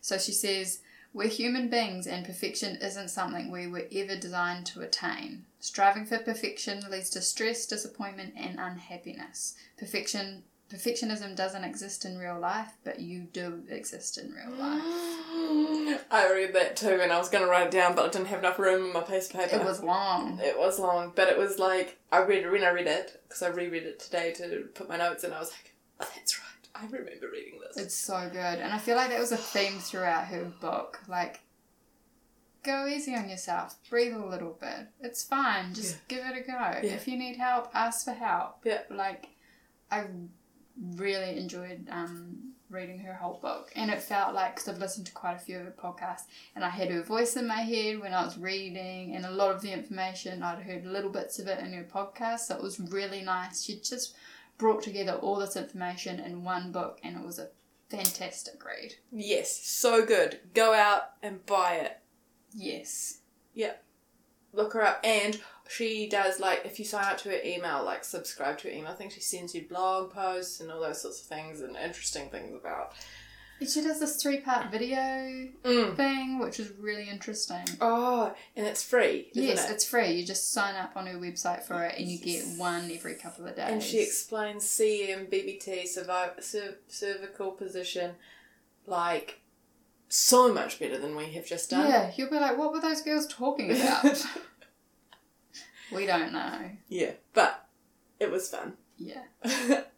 Speaker 1: So she says, We're human beings, and perfection isn't something we were ever designed to attain. Striving for perfection leads to stress, disappointment, and unhappiness. Perfection. Perfectionism doesn't exist in real life, but you do exist in real life.
Speaker 2: I read that too, and I was going to write it down, but I didn't have enough room in my piece of paper.
Speaker 1: It was long.
Speaker 2: It was long, but it was like I read when I read it because I reread it today to put my notes, and I was like, oh, "That's right, I remember reading this."
Speaker 1: It's so good. And I feel like that was a theme throughout her book. Like, go easy on yourself, breathe a little bit. It's fine, just give it a go.
Speaker 2: Yeah.
Speaker 1: If you need help, ask for help.
Speaker 2: Yeah.
Speaker 1: Like, I really enjoyed um, reading her whole book. And it felt like, because I've listened to quite a few of her podcasts, and I had her voice in my head when I was reading, and a lot of the information I'd heard little bits of it in her podcast. So it was really nice. She just brought together all this information in one book, and it was a fantastic read.
Speaker 2: Yes, so good. Go out and buy it.
Speaker 1: Yes.
Speaker 2: Look her up. And she does, like, if you sign up to her email, like, subscribe to her email thing, she sends you blog posts and all those sorts of things and interesting things about.
Speaker 1: And she does this three part video
Speaker 2: Mm.
Speaker 1: thing, which is really interesting.
Speaker 2: Oh, and it's free. Isn't
Speaker 1: Yes,
Speaker 2: it?
Speaker 1: it's free. You just sign up on her website for it, and you get one every couple of days.
Speaker 2: And she explains CM, BBT, surviv- cer- cervical position, like so much better than we have just done.
Speaker 1: Yeah, you'll be like, what were those girls talking about? we don't know.
Speaker 2: Yeah, but it was fun.
Speaker 1: Yeah.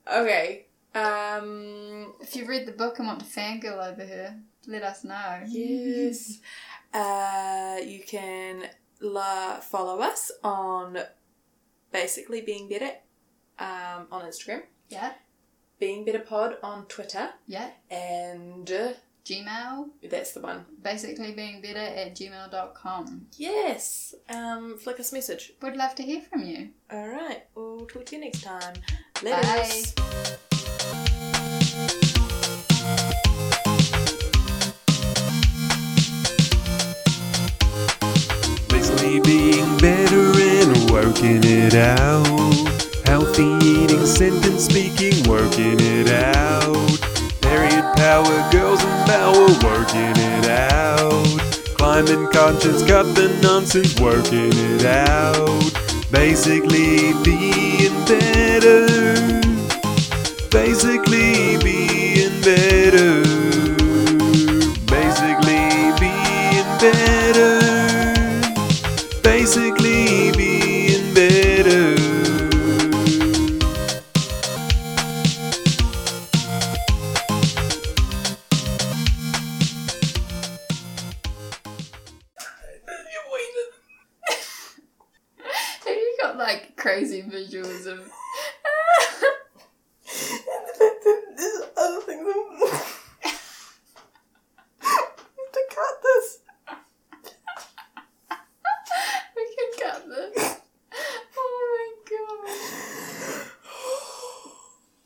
Speaker 2: okay. Um,
Speaker 1: If you read the book and want to fangirl over her, let us know.
Speaker 2: yes. uh, you can la- follow us on basically being better um, on Instagram,
Speaker 1: Yeah,
Speaker 2: being better pod on Twitter,
Speaker 1: yeah.
Speaker 2: and uh,
Speaker 1: Gmail,
Speaker 2: that's the one.
Speaker 1: basically being better at gmail.com.
Speaker 2: Yes. Um, flick us a message.
Speaker 1: We'd love to hear from you.
Speaker 2: All right. We'll talk to you next time.
Speaker 1: Bye.
Speaker 2: Later.
Speaker 3: Basically being better and working it out. Healthy eating, sentence speaking, working it out. Married power, girls and power, working it out. Climbing conscience, cut the nonsense, working it out. Basically being better. Basically being better. Basically being better basically being better.
Speaker 1: Have you got like crazy visuals of Oh